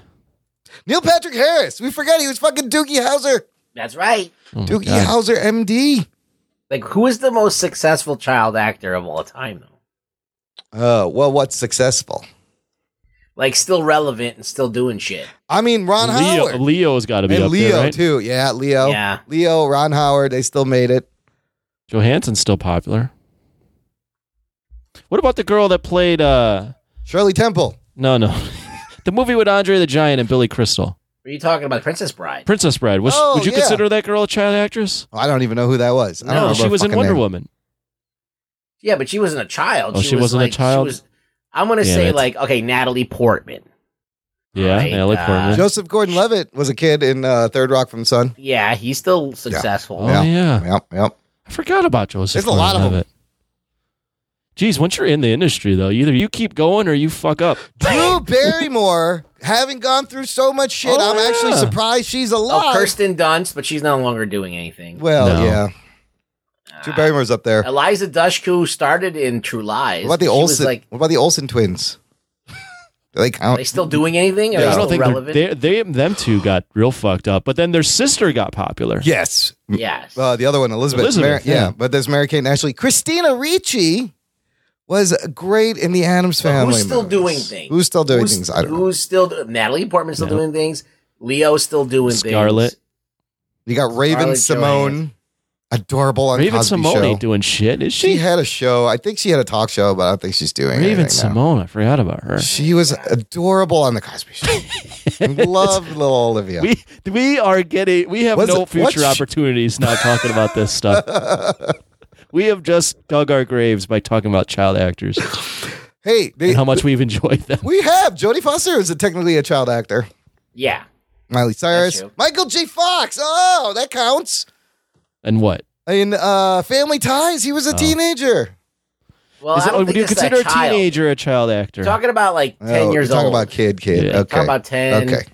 Neil Patrick Harris. We forgot he was fucking Doogie Howser. That's right. Oh my Doogie God. Howser, MD. Like, who is the most successful child actor of all time, though? Oh well, what's successful? Like, still relevant and still doing shit. I mean, Ron Howard. Leo, Leo's got to be and up Leo there, right? too. Yeah, Leo. Yeah. Leo, Ron Howard, they still made it. Johansson's still popular. What about the girl that played? uh Shirley Temple. No, no, the movie with Andre the Giant and Billy Crystal, Are you talking about Princess Bride? Princess Bride. Was Oh, would you yeah. consider that girl a child actress? Oh, I don't even know who that was. I don't No, remember she her was in fucking Wonder name. Woman. Yeah, but she wasn't a child. Oh, she was, wasn't a like- she child? was- I'm gonna Damn say it. like okay, Natalie Portman. Yeah, Right, Natalie uh, Portman. Joseph Gordon-Levitt was a kid in uh, Third Rock from the Sun. Yeah, he's still successful. Oh yeah. Yep, yep. I forgot about Joseph. There's a lot of Gordon-Levitt. Geez, once you're in the industry though, either you keep going or you fuck up. Drew Barrymore, having gone through so much shit, Oh, I'm actually yeah. surprised she's alive. Oh, Kirsten Dunst, but she's no longer doing anything. Well, No. yeah. Drew Barrymore's up there. What Eliza Dushku started in True Lies. about the Ah, She was, Olsen? Like, what about the Olsen twins? Do they are they count? still doing anything? Are Yeah. they I still don't think relevant? they're, they they them two got real fucked up, but then their sister got popular. Yes. Yes. Uh, the other one, Elizabeth. Elizabeth, Mary- yeah. yeah. but there's Mary Kate and Ashley. Christina Ricci was great in the Adams Family. who's still movies. doing things? Who's still doing Who's- things? I don't know. Who's still do- Natalie Portman's still doing things? Leo's still doing Scarlett. things. You got Raven Scarlett Simone, Johansson. adorable on Raven Cosby Simone Show. ain't doing shit, is she she? had a show. I think she had a talk show, but I don't think she's doing Raven anything now. Simone, I forgot about her. She was adorable on the Cosby Show. Love little Olivia. We we are getting we have Was no it- future what sh- opportunities now talking about this stuff. we have just dug our graves by talking about child actors hey, they, and how much we've enjoyed them. we have Jodie Foster is a, technically a child actor. Yeah. Miley Cyrus, true. Michael J. Fox. Oh, that counts. And what? In uh, Family Ties, he was Oh. a teenager. Well, Is I it- don't would think you it's consider a that child. teenager a child actor? Talking about like ten Oh, years we're talking old. about kid, kid. Yeah. Okay. Talking about ten. Okay.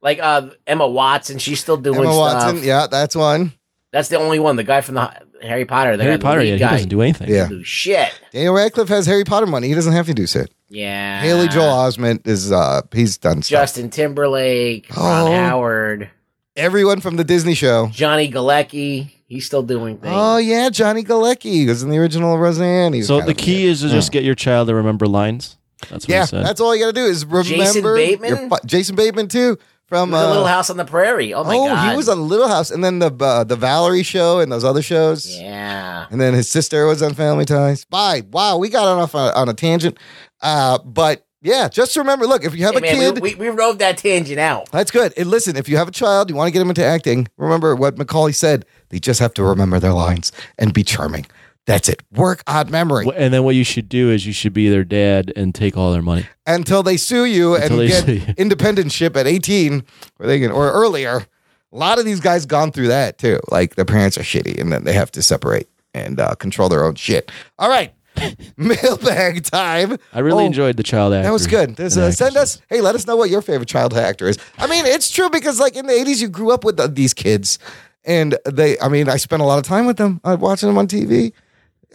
Like uh, Emma Watson, she's still doing Emma stuff. Watson. Yeah, that's one. That's the only one. The guy from the Harry Potter. The guy, Harry the Potter, lead yeah, he guy, doesn't do anything. Yeah. do shit. Daniel Radcliffe has Harry Potter money. He doesn't have to do shit. Yeah. Haley Joel Osment is uh he's done stuff. Justin Timberlake, Ron Oh. Howard, Everyone from the Disney show. Johnny Galecki. He's still doing things. Oh yeah, Johnny Galecki was in the original Roseanne. He's So kind the of key weird. is to just get your child to remember lines. That's what yeah, he said. that's all you got to do is remember Bateman? your fu- Jason Bateman too from He was in uh, Little House on the Prairie. Oh my oh, god. he was on Little House, and then the uh, the Valerie show and those other shows, Yeah. and then his sister was on Family Ties. Bye. Wow, we got off on, on a tangent, uh, but Yeah, just remember. Look, if you have Hey, a man, kid, we, we, we rode that tangent out. that's good. And listen, if you have a child, you want to get them into acting. Remember what Macaulay said. They just have to remember their lines and be charming. That's it. Work on memory Wh- And then what you should do is you should be their dad and take all their money. until they sue you Until they and get sue you. independent ship at eighteen, or they can, or earlier. A lot of these guys gone through that too. Like their parents are shitty, and then they have to separate and uh, control their own shit. All right, mailbag time. I really Oh, enjoyed the child actor. That was good. There's, and uh, actress. send us. Hey, let us know what your favorite childhood actor is. I mean, it's true because like in the '80s, you grew up with uh, these kids, and they. I mean, I spent a lot of time with them. I watching them on TV.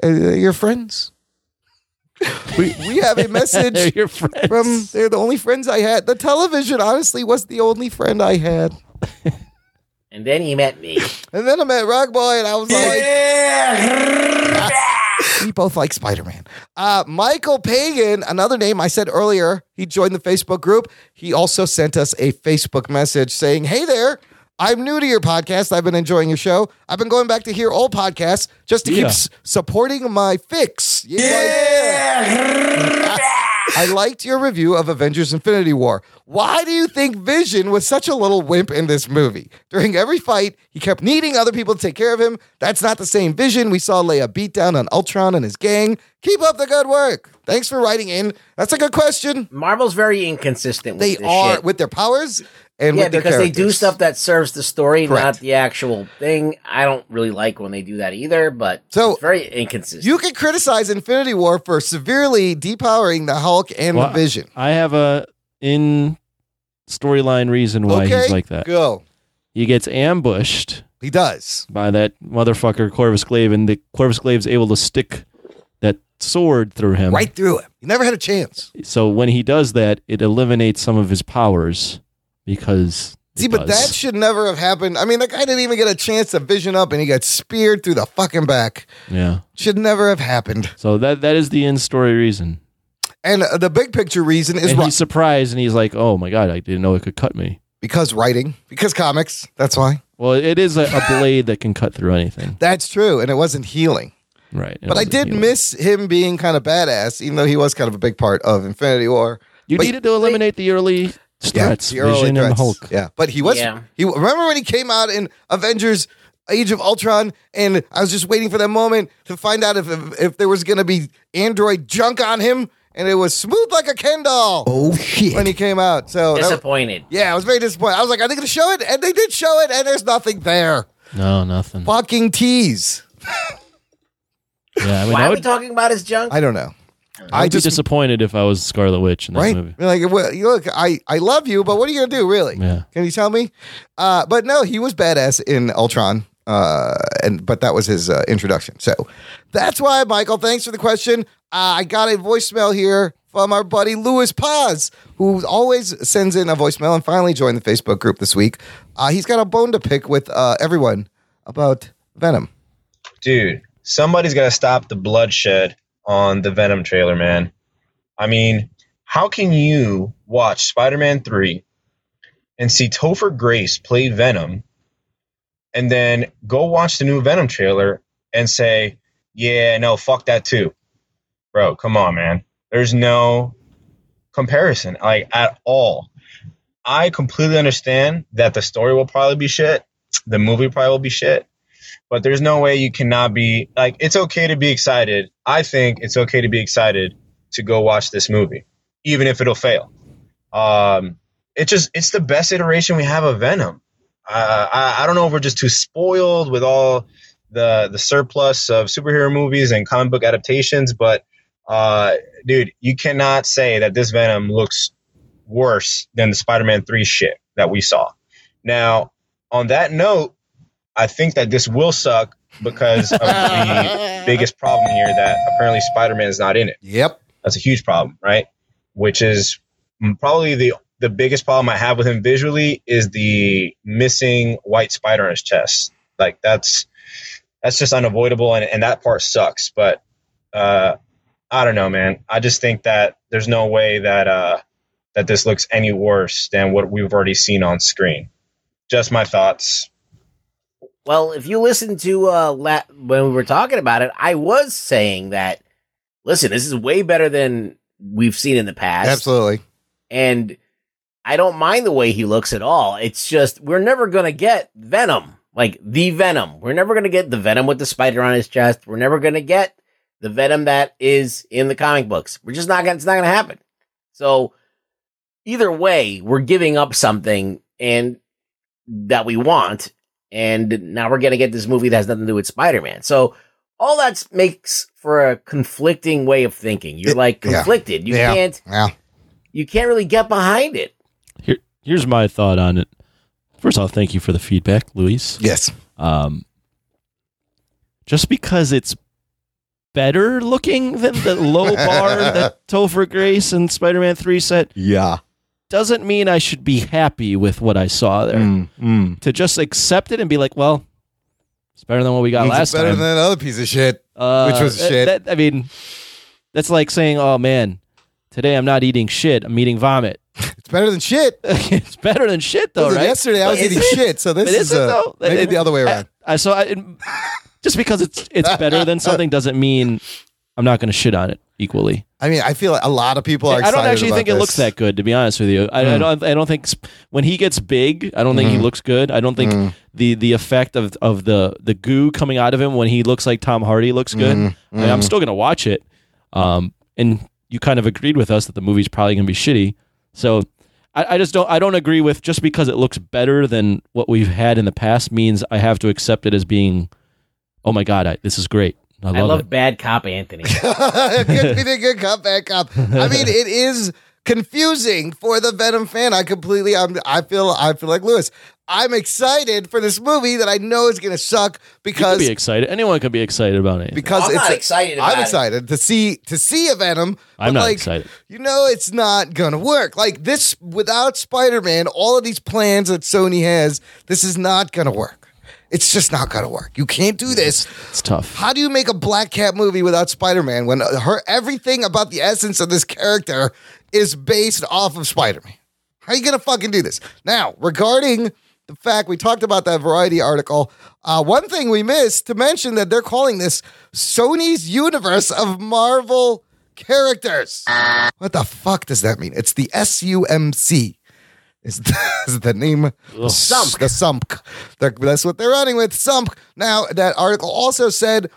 Uh, your friends. We, we have a They're message your friends. from they're the only friends I had. The television honestly was the only friend I had. And then he met me. And then I met Rock Boy and I was like We both like Spider Man. Uh, Michael Pagan, another name I said earlier, he joined the Facebook group. He also sent us a Facebook message saying, Hey there, I'm new to your podcast. I've been enjoying your show. I've been going back to hear old podcasts just to keep Yeah. s- supporting my fix. You like- I liked your review of Avengers Infinity War. Why do you think Vision was such a little wimp in this movie? During every fight, he kept needing other people to take care of him. That's not the same Vision we saw lay a beatdown on Ultron and his gang. Keep up the good work. Thanks for writing in. That's a good question. Marvel's very inconsistent with They this are shit. with their powers and yeah, with their because they do characters. stuff that serves the story, Correct. not the actual thing. I don't really like when they do that either, but So, it's very inconsistent. You can criticize Infinity War for severely depowering the Hulk and Well, the Vision. I have a in storyline reason why okay, he's like that. Go. He gets ambushed He does. by that motherfucker Corvus Glaive, and the Corvus Glaive's able to stick that sword through him. Right through him. He never had a chance. So when he does that, it eliminates some of his powers because. it See, but does. that should never have happened. I mean, that guy didn't even get a chance to vision up and he got speared through the fucking back. yeah. Should never have happened. So that that is the in story reason. And uh, the big picture reason is and ri- he's surprised, and he's like, "Oh my god, I didn't know it could cut me." because writing, because comics. That's why. Well, it is a, a blade that can cut through anything, That's true. And it wasn't healing. right? It but I wasn't did healing. miss him being kind of badass, even though he was kind of a big part of Infinity War. You But- needed to eliminate the early threats, the early Vision and threats. Hulk. Yeah, but he was. Yeah. He remember when he came out in Avengers: Age of Ultron, and I was just waiting for that moment to find out if if, if there was going to be android junk on him, and it was smooth like a Ken doll. Oh shit! When he came out, so that- Disappointed. yeah, I was very disappointed. I was like, are they going to show it? And they did show it, and there's nothing there. No, nothing. Fucking tease. Yeah, I mean, Why I are we would, talking about his junk? I don't know. I would be disappointed if I was Scarlet Witch in that right? movie. Like, well, you look, I, I love you, but what are you gonna do, really? Yeah. Can you tell me? Uh, but no, he was badass in Ultron, uh, and but that was his uh, introduction. So that's why, Michael. Thanks for the question. Uh, I got a voicemail here from our buddy Louis Paz, who always sends in a voicemail and finally joined the Facebook group this week. Uh, he's got a bone to pick with uh, everyone about Venom. dude, somebody's got to stop the bloodshed on the Venom trailer, man. I mean, how can you watch Spider Man 3 and see Topher Grace play Venom and then go watch the new Venom trailer and say, yeah, no, fuck that too? Bro, come on, man. There's no comparison, like, at all. I completely understand that the story will probably be shit, the movie probably will be shit, but there's no way you cannot be like it's okay to be excited i think it's okay to be excited to go watch this movie even if it'll fail um it's just it's the best iteration we have of venom uh, I, I don't know if we're just too spoiled with all the the surplus of superhero movies and comic book adaptations but uh dude you cannot say that this venom looks worse than the spider-man 3 shit that we saw now on that note I think that this will suck because of the biggest problem here that apparently Spider Man is not in it. Yep. That's a huge problem, right? Which is mm, probably the the biggest problem I have with him visually is the missing white spider on his chest. Like that's that's just unavoidable, and, and that part sucks. But uh, I don't know, man. I just think that there's no way that uh, that this looks any worse than what we've already seen on screen. Just my thoughts. Well, if you listen to uh la- when we were talking about it, I was saying that listen, this is way better than we've seen in the past. Absolutely. And I don't mind the way he looks at all. It's just we're never going to get Venom, like the Venom. We're never going to get the Venom with the spider on his chest. We're never going to get the Venom that is in the comic books. We're just not going. to It's not going to happen. So either way, we're giving up something and that we want, and now we're going to get this movie that has nothing to do with Spider Man. So all that makes for a conflicting way of thinking. You're like yeah. conflicted. You Yeah. can't. Yeah. You can't really get behind it. Here, here's my thought on it. First off, thank you for the feedback, Luis. Yes. Um, just because it's better looking than the low bar that Topher Grace and Spider Man 3 set Yeah. doesn't mean I should be happy with what I saw there. Mm, To just accept it and be like, well, it's better than what we got It's last better time. than that other piece of shit, Uh, which was that- shit. that- I mean, that's like saying, oh man, today I'm not eating shit, I'm eating vomit. it's better than shit. it's better than shit, though, Listen, right? Yesterday I was But eating is it? shit, so this But is, it, uh, though? maybe the other way around. I, I so I, it- just because it's it's better than something doesn't mean I'm not going to shit on it equally. I mean, I feel like a lot of people are. I don't excited actually about think it this. looks that good, to be honest with you. I, I Mm. don't. I don't think sp- when he gets big, I don't think he Mhm. looks good. I don't think Mm. the the effect of of the the goo coming out of him when he looks like Tom Hardy looks good. Mm. I mean, I'm Mm. still going to watch it. Um, and you kind of agreed with us that the movie's probably going to be shitty. So I, I just don't. I don't agree with just because it looks better than what we've had in the past means I have to accept it as being. Oh my god, I, this is great. I love, I love it. bad cop Anthony. good, we did good cop, bad cop. I mean, it is confusing for the Venom fan. I completely, I'm, I feel, I feel like Lewis. I'm excited for this movie that I know is going to suck You can because be excited. Anyone can be excited about it. because I'm it's not excited about I'm it. excited to see to see a Venom. I'm but, not like, excited. You know, it's not gonna work. Like this, without Spider Man, all of these plans that Sony has, this is not gonna work. It's just not gonna work. You can't do this. It's tough. How do you make a Black Cat movie without Spider Man when her everything about the essence of this character is based off of Spider Man? How you gonna fucking do this? Now, regarding the fact we talked about that Variety article, uh, one thing we missed to mention that they're calling this Sony's universe of Marvel characters. What the fuck does that mean? It's the SUMC. Is the, is the name Sump? The Sump. They're- that's what they're running with. Sump. Now that article also said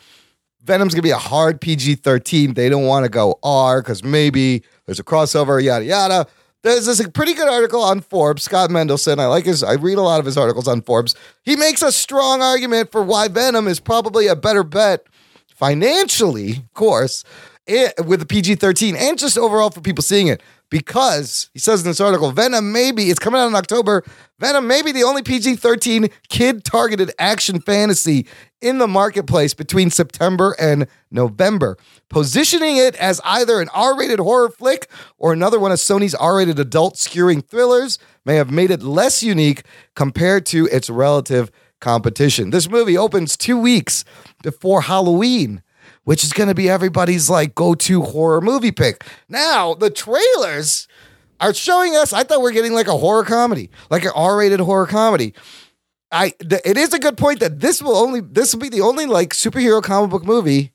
Venom's gonna be a hard PG 13. They don't want to go R because maybe there's a crossover, yada yada. There's this pretty good article on Forbes, Scott Mendelson. I like his, I read a lot of his articles on Forbes. He makes a strong argument for why Venom is probably a better bet financially, of course, it, with the PG 13 and just overall for people seeing it. Because he says in this article, Venom maybe, it's coming out in October, Venom may be the only PG 13 kid targeted action fantasy in the marketplace between September and November, positioning it as either an R rated horror flick or another one of Sony's R rated adult skewering thrillers may have made it less unique compared to its relative competition. This movie opens two weeks before Halloween, which is going to be everybody's like go to horror movie pick. Now, the trailers are showing us, I thought we are getting like a horror comedy, like an R rated horror comedy. I th- it is a good point that this will only this will be the only like superhero comic book movie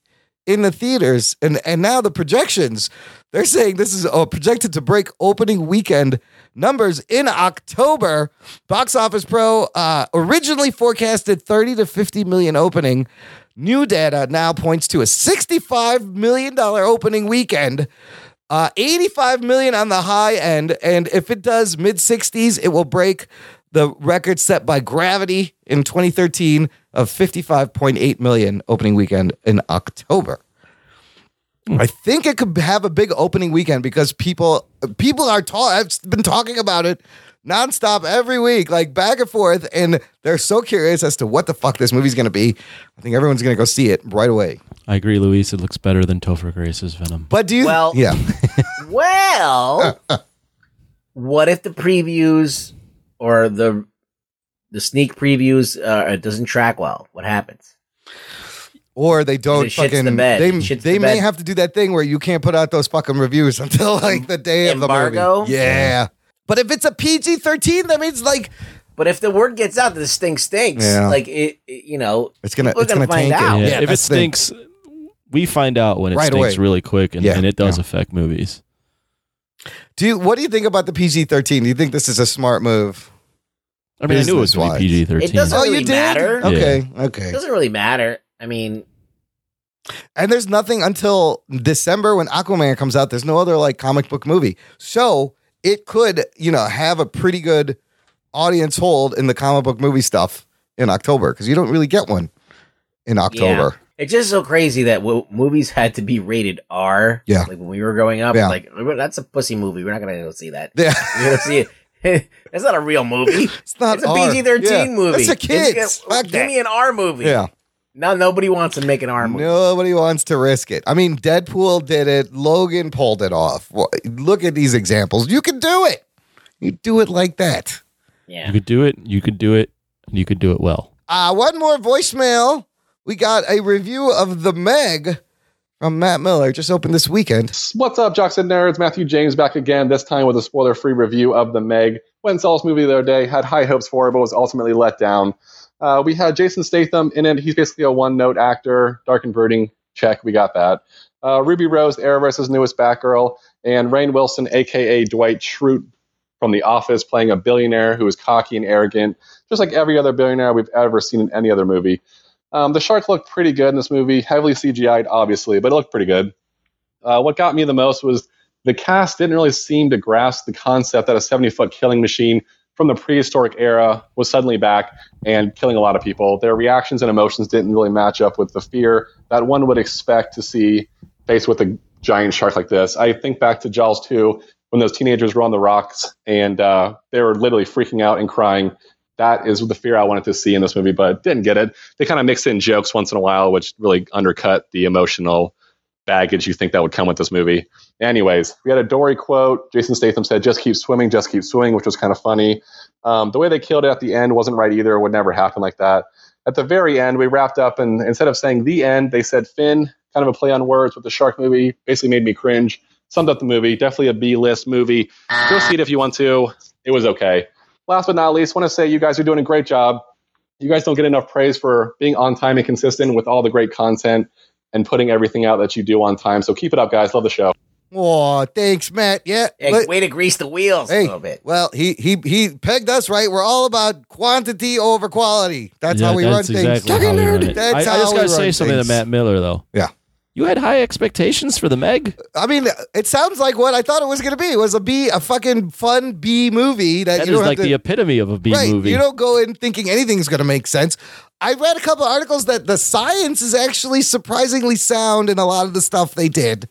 in the theaters and and now the projections they're saying this is uh, projected to break opening weekend numbers in October. Box Office Pro uh, originally forecasted 30 to 50 million opening. New data now points to a 65 million dollar opening weekend. Uh, 85 million on the high end, and if it does mid 60s, it will break the record set by Gravity in 2013 of 55.8 million opening weekend in October. I think it could have a big opening weekend because people people are talk. I've been talking about it nonstop every week, like back and forth, and they're so curious as to what the fuck this movie's going to be. I think everyone's going to go see it right away. I agree, Luis. It looks better than Topher Grace's Venom. But do you? Well- yeah, Well, what if the previews or the the sneak previews uh, it doesn't track well? What happens? or they don't It shits fucking. the bed. They It shits they the may bed. have to do that thing where you can't put out those fucking reviews until like the day of the Embargo? movie. Yeah, but if it's a PG thirteen, that means like But if the word gets out that this thing stinks, Yeah. like it, it- you know, It's gonna- people are it's gonna find tank it. out. Yeah. if it that's the thing. stinks, we find out when it Right stinks away. really quick, and, Yeah, and it does affect movies. Do you? What do you think about the PG thirteen? Do you think this is a smart move? I mean, I knew it was gonna be PG-13. It doesn't Oh, really you did? matter. Okay, okay. It doesn't really matter. I mean, And there's nothing until December when Aquaman comes out. There's no other like comic book movie. So it could, you know, have a pretty good audience hold in the comic book movie stuff in October because you don't really get one in October. Yeah. It's just so crazy that w- movies had to be rated R. Yeah. Like when we were growing up, Yeah. like that's a pussy movie. We're not gonna go see that. Yeah. You're gonna see it. That's not a real movie. It's not a R. PG thirteen Yeah. movie. That's a kid's. It's- Fuck give that. me an R movie. Yeah. Now nobody wants to make an R movie. Nobody wants to risk it. I mean, Deadpool did it. Logan pulled it off. Well, look at these examples. You can do it. You do it like that. You could do it. You could do it. and You could do it well. Uh, one more voicemail. We got a review of The Meg from Matt Miller, just opened this weekend. What's up, jocks and nerds? Matthew James back again, this time with a spoiler free review of The Meg. Went saw this movie the other day, had high hopes for it, but was ultimately let down. Uh, we had Jason Statham in it. He's basically a one note actor, dark and brooding. Check, we got that. Uh, Ruby Rose, Arrowverse's newest Batgirl, and Rain Wilson, aka Dwight Schrute from The Office, playing a billionaire who is cocky and arrogant, just like every other billionaire we've ever seen in any other movie. Um, the shark looked pretty good in this movie, heavily CGI'd, obviously, but it looked pretty good. Uh, what got me the most was the cast didn't really seem to grasp the concept that a 70 foot killing machine from the prehistoric era was suddenly back and killing a lot of people. Their reactions and emotions didn't really match up with the fear that one would expect to see faced with a giant shark like this. I think back to Jaws 2 when those teenagers were on the rocks and uh, they were literally freaking out and crying. That is the fear I wanted to see in this movie, but didn't get it. They kind of mix in jokes once in a while, which really undercut the emotional baggage you think that would come with this movie. Anyways, we had a Dory quote. Jason Statham said, "Just keep swimming, just keep swimming," which was kind of funny. Um, the way they killed it at the end wasn't right either. It would never happen like that. At the very end, we wrapped up, and instead of saying the end, they said Finn. Kind of a play on words with the shark movie. Basically, made me cringe. Summed up the movie. Definitely a B list movie. Go see it if you want to. It was okay. Last but not least, want to say you guys are doing a great job you guys don't get enough praise for being on time and consistent with all the great content and putting everything out that you do on time. So keep it up, guys. Love the show. Oh, thanks, Matt. Yeah. Hey, let- way to grease the wheels a hey, little bit. well, he he he pegged us right. We're all about quantity over quality. That's Yeah, how we that's run things. exactly how we run it. That's I, how I just we gotta run say something things. to Matt Miller though. Yeah. You had high expectations for the Meg. I mean, it sounds like what I thought it was going to be. It was a B, a fucking fun B movie that, That you don't is have like to- the epitome of a B right, movie. You don't go in thinking anything's going to make sense. I read a couple articles that the science is actually surprisingly sound in a lot of the stuff they did,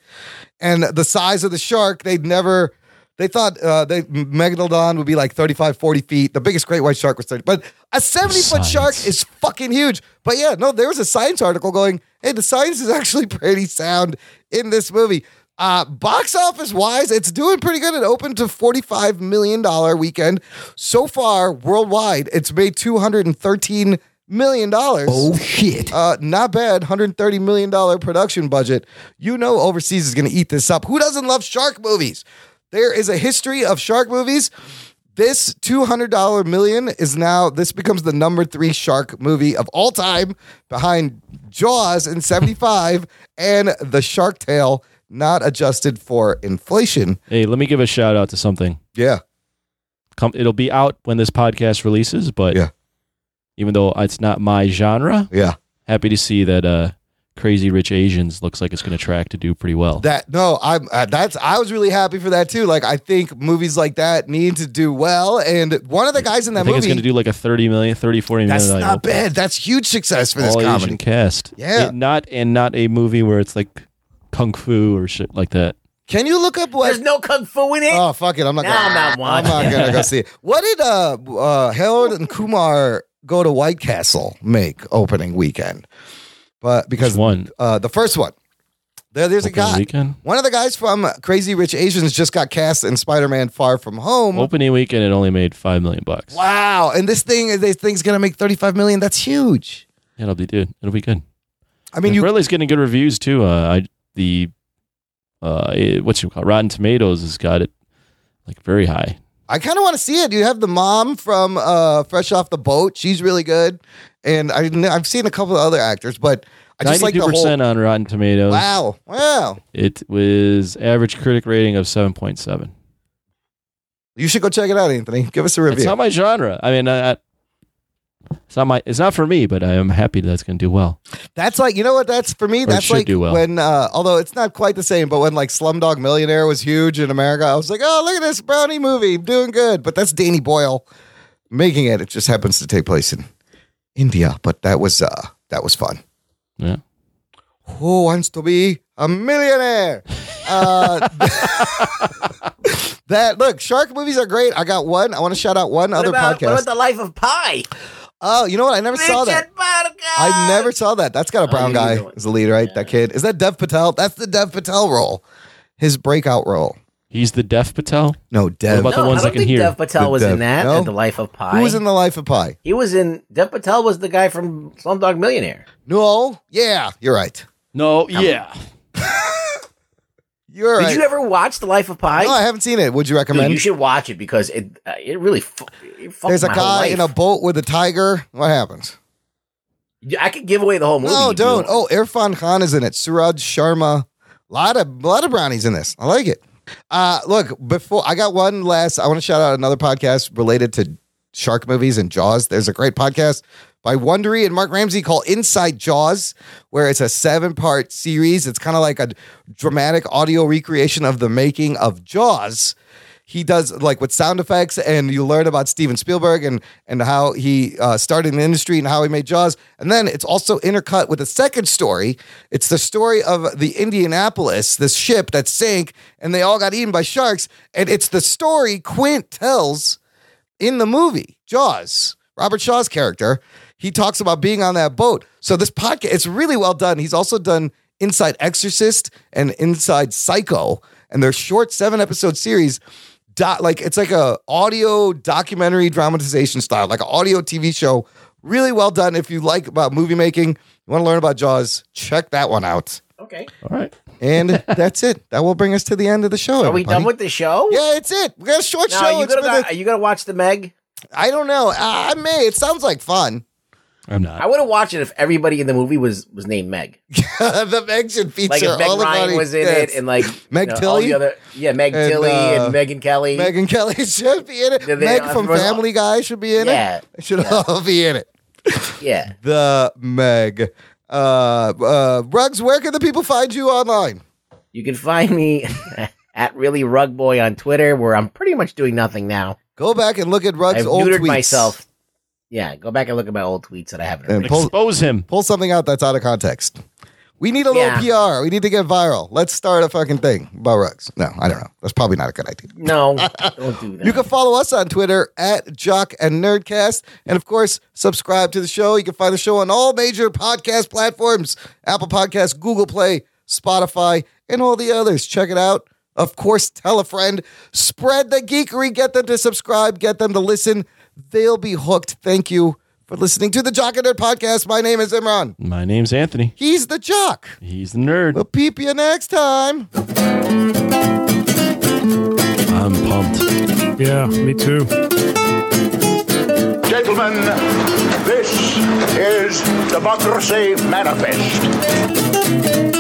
and the size of the shark they'd never. They thought uh, they megalodon would be like 35, 40 feet. The biggest great white shark was 30. But a 70 foot shark is fucking huge. But yeah, no, there was a science article going, hey, the science is actually pretty sound in this movie. Uh, box office wise, it's doing pretty good. It opened to $45 million weekend. So far, worldwide, it's made $213 million. Oh, shit. Uh, not bad. $130 million production budget. You know, overseas is going to eat this up. Who doesn't love shark movies? There is a history of shark movies. This $200 million is now, this becomes the number three shark movie of all time behind Jaws in 75 and The Shark Tale, not adjusted for inflation. Hey, let me give a shout out to something. Yeah. Come, it'll be out when this podcast releases, but yeah. even though it's not my genre, yeah, happy to see that uh, Crazy Rich Asians looks like it's going to track to do pretty well. That no, I'm uh, that's I was really happy for that too. Like I think movies like that need to do well, and one of the guys in I that think it's movie going to do like a 30 million, 30, 40 million. that's dollar not bad. That's huge success for this all comedy. Asian cast. Yeah. It not and not a movie where it's like kung fu or shit like that. Can you look up what? There's no kung fu in it. Oh fuck it, I'm not. Nah, gonna, I'm not watching I'm not it. gonna go see it. What did uh, uh Harold and Kumar go to White Castle make opening weekend? But because one, uh, the first one. There, there's a Opening guy. weekend? One of the guys from Crazy Rich Asians just got cast in Spider-Man: Far From Home. Opening weekend, it only made five million bucks. Wow! And this thing, this thing's gonna make 35 million. That's huge. Yeah, It'll be dude. It'll be good. I mean, and you- Ridley's getting good reviews too. Uh, I the uh, it, what's you call Rotten Tomatoes has got it like very high. I kind of want to see it. You have the mom from uh, Fresh Off the Boat. She's really good, and I, I've seen a couple of other actors, but I just like the percent whole. on Rotten Tomatoes. Wow! Wow! It was average critic rating of seven point seven. You should go check it out, Anthony. Give us a review. It's not my genre. I mean, I, I, it's not my. It's not for me. But I am happy that's going to do well. That's like you know what that's for me. it That's should like do well. when, uh, although it's not quite the same, but when like Slumdog Millionaire was huge in America, I was like, oh look at this brownie movie, doing good. But that's Danny Boyle making it. It just happens to take place in India, but that was uh, that was fun. Yeah. Who wants to be a millionaire? Uh, that look, shark movies are great. I got one. I want to shout out one What other about, podcast. what about the life of Pi? oh, you know what? I never saw that. I never saw that. That's Oh, got a brown guy as the lead, right? That kid. Is that Dev Patel? That's the Dev Patel role. His breakout role. He's the Dev Patel? No, Dev. about the No, ones I don't that can think hear? Dev Patel was in that, No? and The Life of Pi. Who was in The Life of Pi? He was in. Dev Patel was the guy from Slumdog Millionaire. No, yeah, you're right. No, yeah. You're Did right. you ever watch The Life of Pi? no, I haven't seen it. Would you Dude, recommend? you should watch it because it uh, it really fu- it fucked There's a my whole guy life. in a boat with a tiger. What happens? Yeah, I could give away the whole movie. No, if you don't. want. Oh, Irfan Khan is in it. Suraj Sharma. lot of lot of brownies in this. I like it. Uh, look, before I got one last, I want to shout out another podcast related to shark movies and Jaws. There's a great podcast by Wondery and Mark Ramsey called Inside Jaws, where it's a seven part series. It's kind of like a dramatic audio recreation of the making of Jaws he does like with sound effects and you learn about steven spielberg and and how he uh, started in the industry and how he made jaws and then it's also intercut with a second story it's the story of the indianapolis this ship that sank and they all got eaten by sharks and it's the story quint tells in the movie Jaws, Robert Shaw's character, he talks about being on that boat. So this podcast, it's really well done. He's also done Inside Exorcist and Inside Psycho, and their short seven episode series. Dot, like it's like a audio documentary dramatization style, like an audio TV show. Really well done. If you like about movie making, you want to learn about Jaws, check that one out. Okay. Oh, All right. And that's it. That will bring us to the end of the show. Are we done everybody. with the show? Yeah, it's it. We got a short Now, show. Are you, It's gonna, been go- a- are you gonna watch the Meg? I don't know. I, I may. It sounds like fun. I'm not. I would have watched it if everybody in the movie was was named Meg. the Meg should feature Like if Meg all the Ryan body- was in yes. it, and like Meg you know, all Tilly? the other yeah, Meg And, Tilly uh, and Megan Kelly. Megan Kelly should be in it. Yeah, they- Meg uh, from was- Family Guy should be in Yeah, it. They should all be in it. yeah. The Meg. Uh, uh, Rugs, where can the people find you online? You can find me at really rug boy on Twitter, where I'm pretty much doing nothing now. Go back and look at Rugs' I've old neutered tweets. myself. Yeah, go back and look at my old tweets that I haven't. And pull, Expose him. pull something out that's out of context. We need a little PR. We need to get viral. Let's start a fucking thing about Rugs. No, I don't know. That's probably not a good idea. No, don't do that. You can follow us on Twitter at Jock and Nerdcast. And of course, subscribe to the show. You can find the show on all major podcast platforms Apple Podcasts, Google Play, Spotify, and all the others. Check it out. Of course, tell a friend, spread the geekery, get them to subscribe, get them to listen. They'll be hooked. Thank you for listening to the Jock and Nerd Podcast. My name is Imran. My name's Anthony. He's the Jock. He's the nerd. We'll peep you next time. I'm pumped. Yeah, me too. Gentlemen, this is Democracy Manifest.